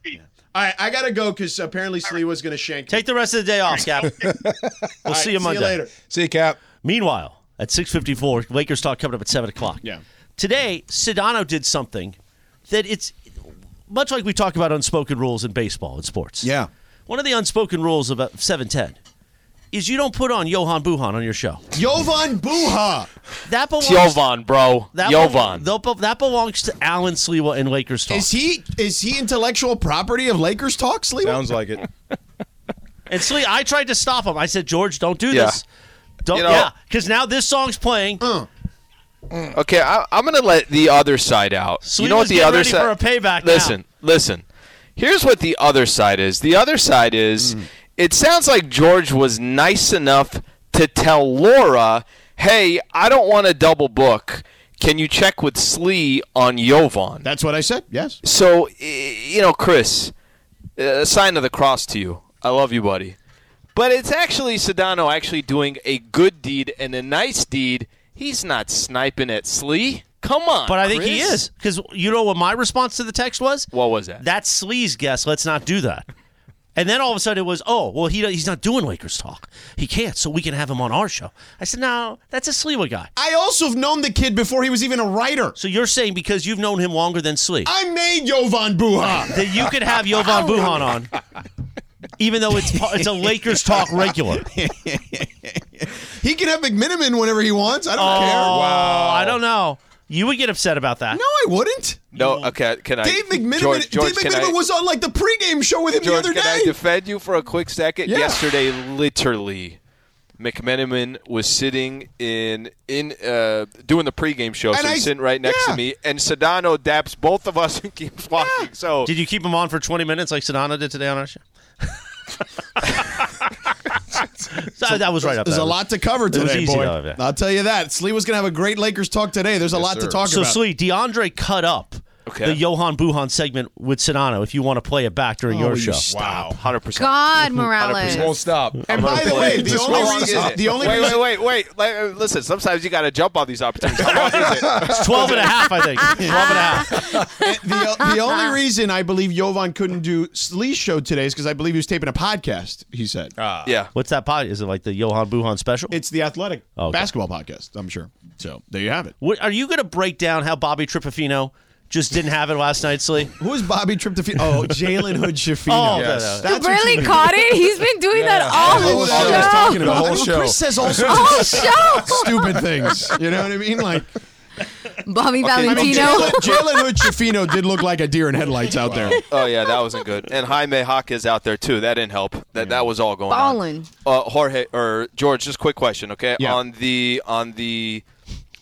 Speaker 3: all right. I gotta go because apparently Slee was gonna shank. me.
Speaker 2: Take the rest of the day off, Cap. we'll
Speaker 3: *laughs* All right,
Speaker 2: see you Monday.
Speaker 3: later.
Speaker 4: See you, Cap.
Speaker 2: Meanwhile, at 6:54, Lakers talk coming up at 7 o'clock.
Speaker 3: Yeah.
Speaker 2: Today, Sedano did something that it's much like we talk about unspoken rules in baseball and sports.
Speaker 3: Yeah.
Speaker 2: One of the unspoken rules of uh, 710 is you don't put on Johan Buhan on your show.
Speaker 11: *laughs*
Speaker 3: Jovan Buha.
Speaker 2: That belongs.
Speaker 11: Jovan, bro.
Speaker 2: That
Speaker 11: Jovan.
Speaker 2: Belongs, tho- that belongs to Alan Slewa and Lakers talk.
Speaker 3: Is he is he intellectual property of Lakers talk, Slee?
Speaker 4: Sounds like it.
Speaker 2: And Slee, I tried to stop him. I said, George, don't do
Speaker 11: Yeah.
Speaker 2: this. Don't,
Speaker 11: You know- Uh,
Speaker 2: yeah, because now this song's playing.
Speaker 11: Okay, I, I'm gonna let the other side out.
Speaker 2: Sweet
Speaker 11: you know
Speaker 2: was
Speaker 11: what the
Speaker 2: getting
Speaker 11: other
Speaker 2: ready
Speaker 11: side?
Speaker 2: for a payback now.
Speaker 11: Listen, listen. Here's what the other side is. The other side
Speaker 2: Hmm.
Speaker 11: is. It sounds like George was nice enough to tell Laura, "Hey, I don't want a double book. Can you check with Slee on Jovan?"
Speaker 3: That's what I said. Yes.
Speaker 11: So, y- you know, Chris, uh, a sign of the cross to you. I love you, buddy. But it's actually Sedano actually doing a good deed and a nice deed. He's not sniping at Slee. Come on.
Speaker 2: But I think he
Speaker 11: Chris.
Speaker 2: is. Because you know what my response to the text was?
Speaker 11: What was that?
Speaker 2: That's Slee's guess. Let's not do that. And then all of a sudden it was, oh, well, he, he's not doing Lakers talk. He can't, so we can have him on our show. I said, no, that's a Sleewa guy.
Speaker 3: I also have known the kid before he was even a writer.
Speaker 2: So you're saying because you've known him longer than Slee,
Speaker 3: I made Jovan Buha.
Speaker 2: that you could
Speaker 3: *laughs*
Speaker 2: have Jovan Buhan on, even though it's, pa- it's a Lakers talk
Speaker 3: *laughs*
Speaker 2: regular.
Speaker 3: he can have McMiniman whenever he wants. I don't
Speaker 2: *laughs* Oh,
Speaker 3: care.
Speaker 2: I don't know. You would get upset about that.
Speaker 3: No, I wouldn't.
Speaker 11: No, okay. Can I?
Speaker 3: Dave McMiniman,
Speaker 11: George, George,
Speaker 3: Dave
Speaker 11: can
Speaker 3: McMiniman
Speaker 11: I,
Speaker 3: was on like the pregame show with him the
Speaker 11: George,
Speaker 3: other
Speaker 11: can I
Speaker 3: day.
Speaker 11: defend you for a quick second?
Speaker 3: Yeah.
Speaker 11: Yesterday, literally, McMenamin was sitting in in uh, doing the pregame show,
Speaker 3: And
Speaker 11: so
Speaker 3: I-
Speaker 11: he's sitting right next
Speaker 3: yeah.
Speaker 11: to me, and Sedano daps both of us *laughs* and keeps walking. So
Speaker 2: Did you keep him on for 20 minutes like Sedano did today on our show? *laughs* So that was right up
Speaker 3: There's
Speaker 2: there.
Speaker 3: a lot to cover
Speaker 2: It was
Speaker 3: today,
Speaker 2: easy,
Speaker 3: boy.
Speaker 11: Oh,
Speaker 2: though, yeah.
Speaker 3: I'll tell you that. Slee was going to have a great Lakers talk today. There's a lot to talk
Speaker 2: so
Speaker 3: about.
Speaker 2: sweet. DeAndre cut up the Johan Buhan segment with Sedano. If you want to play it back during
Speaker 3: Oh,
Speaker 2: your
Speaker 3: will you
Speaker 2: show,
Speaker 3: stop?
Speaker 2: wow, hundred percent.
Speaker 1: God, Morales.
Speaker 4: This won't stop.
Speaker 3: And
Speaker 11: I'm
Speaker 3: by
Speaker 11: gonna
Speaker 3: the
Speaker 11: play
Speaker 3: way,
Speaker 11: it.
Speaker 3: the
Speaker 11: Just
Speaker 3: only
Speaker 11: won't
Speaker 3: reason-
Speaker 11: stop.
Speaker 3: the only
Speaker 11: wait,
Speaker 3: reason-
Speaker 11: wait, wait, wait. Like, uh, Listen, sometimes you got to jump on these opportunities. How long is it?
Speaker 3: *laughs*
Speaker 2: It's 12 and a half, I think. 12 and a half.
Speaker 3: the, uh, the only reason I believe Jovan couldn't do Slee's show today is because I believe he was taping a podcast, he said.
Speaker 11: Yeah.
Speaker 2: What's that pod? Is it like the Johan Buhan special?
Speaker 3: it's the athletic
Speaker 2: Oh, okay.
Speaker 3: basketball podcast, I'm sure. So there you have it.
Speaker 2: What, are you going to break down how Bobby Tripofino just didn't have it last night, Slee?
Speaker 3: Who is Bobby Triptofino? Oh, Jalen Hood Shafino.
Speaker 2: Oh,
Speaker 4: Yes.
Speaker 2: no, no.
Speaker 1: You Oh,
Speaker 3: what
Speaker 1: barely
Speaker 3: you-
Speaker 1: caught it. He's been doing that all
Speaker 3: That's
Speaker 1: the
Speaker 3: what I was
Speaker 1: show.
Speaker 3: talking about.
Speaker 4: The whole show.
Speaker 3: Chris says all sorts
Speaker 1: All
Speaker 3: of *laughs*
Speaker 1: show.
Speaker 3: stupid things. You know what I mean? Like
Speaker 1: Bobby
Speaker 3: I mean,
Speaker 1: Valentino.
Speaker 3: Jalen Jalen Hood Shafino did look like a deer in headlights out there.
Speaker 11: Oh yeah, that wasn't good. And Jaime Hawk is out there too. That didn't help. That that was all going
Speaker 1: Ballin'.
Speaker 11: on. Uh, Jorge or George, just quick question, okay?
Speaker 3: Yeah.
Speaker 11: On the on the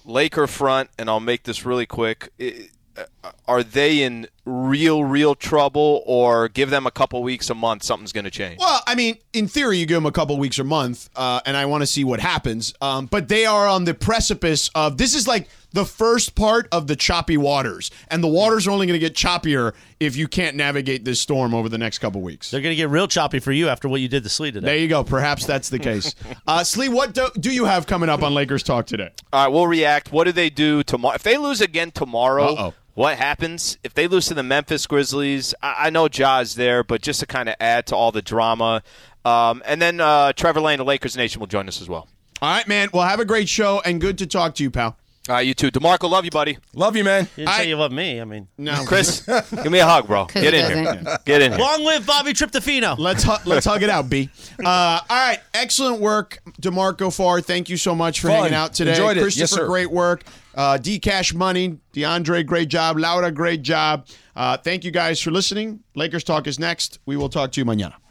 Speaker 11: Laker front, and I'll make this really quick. i- uh, Are they in real real trouble, or give them a couple weeks, a month, something's going to change?
Speaker 3: Well, I mean, in theory, you give them a couple weeks or month, uh, and I want to see what happens. Um, but they are on the precipice of this is like the first part of the choppy waters, and the waters are only going to get choppier if you can't navigate this storm over the next couple weeks.
Speaker 2: They're going to get real choppy for you after what you did to Slee today.
Speaker 3: There you go. Perhaps that's the case. Uh, Slee, what do, do you have coming up on Lakers Talk today?
Speaker 11: All right, we'll react. What do they do tomorrow? If they lose again tomorrow,
Speaker 3: Uh-oh.
Speaker 11: what happens? If they lose to the Memphis Grizzlies, I, I know Ja's there, but just to kind of add to all the drama. Um, and then uh, Trevor Lane of Lakers Nation will join us as well.
Speaker 3: All right, man. Well, have a great show, and good to talk to you, pal.
Speaker 11: All right, you too. DeMarco, love you, buddy.
Speaker 4: Love you, man.
Speaker 2: You didn't say you love me. I mean,
Speaker 3: *laughs* No,
Speaker 11: Chris, give me a hug, bro.
Speaker 1: Chris
Speaker 11: Get in
Speaker 1: doesn't.
Speaker 11: here. Get in here.
Speaker 2: long live Bobby Triptofino.
Speaker 3: Let's hu- let's hug it
Speaker 4: *laughs*
Speaker 3: out, B. Uh, all right, excellent work, Demarco Farr. Thank you so much for
Speaker 4: Fun.
Speaker 3: hanging out today.
Speaker 4: Enjoyed it. Yes,
Speaker 3: Christopher,
Speaker 4: sir.
Speaker 3: great work. Uh, D Cash Money, DeAndre, great job. Laura, great job. Uh, thank you guys for listening. Lakers Talk is next. We will talk to you mañana.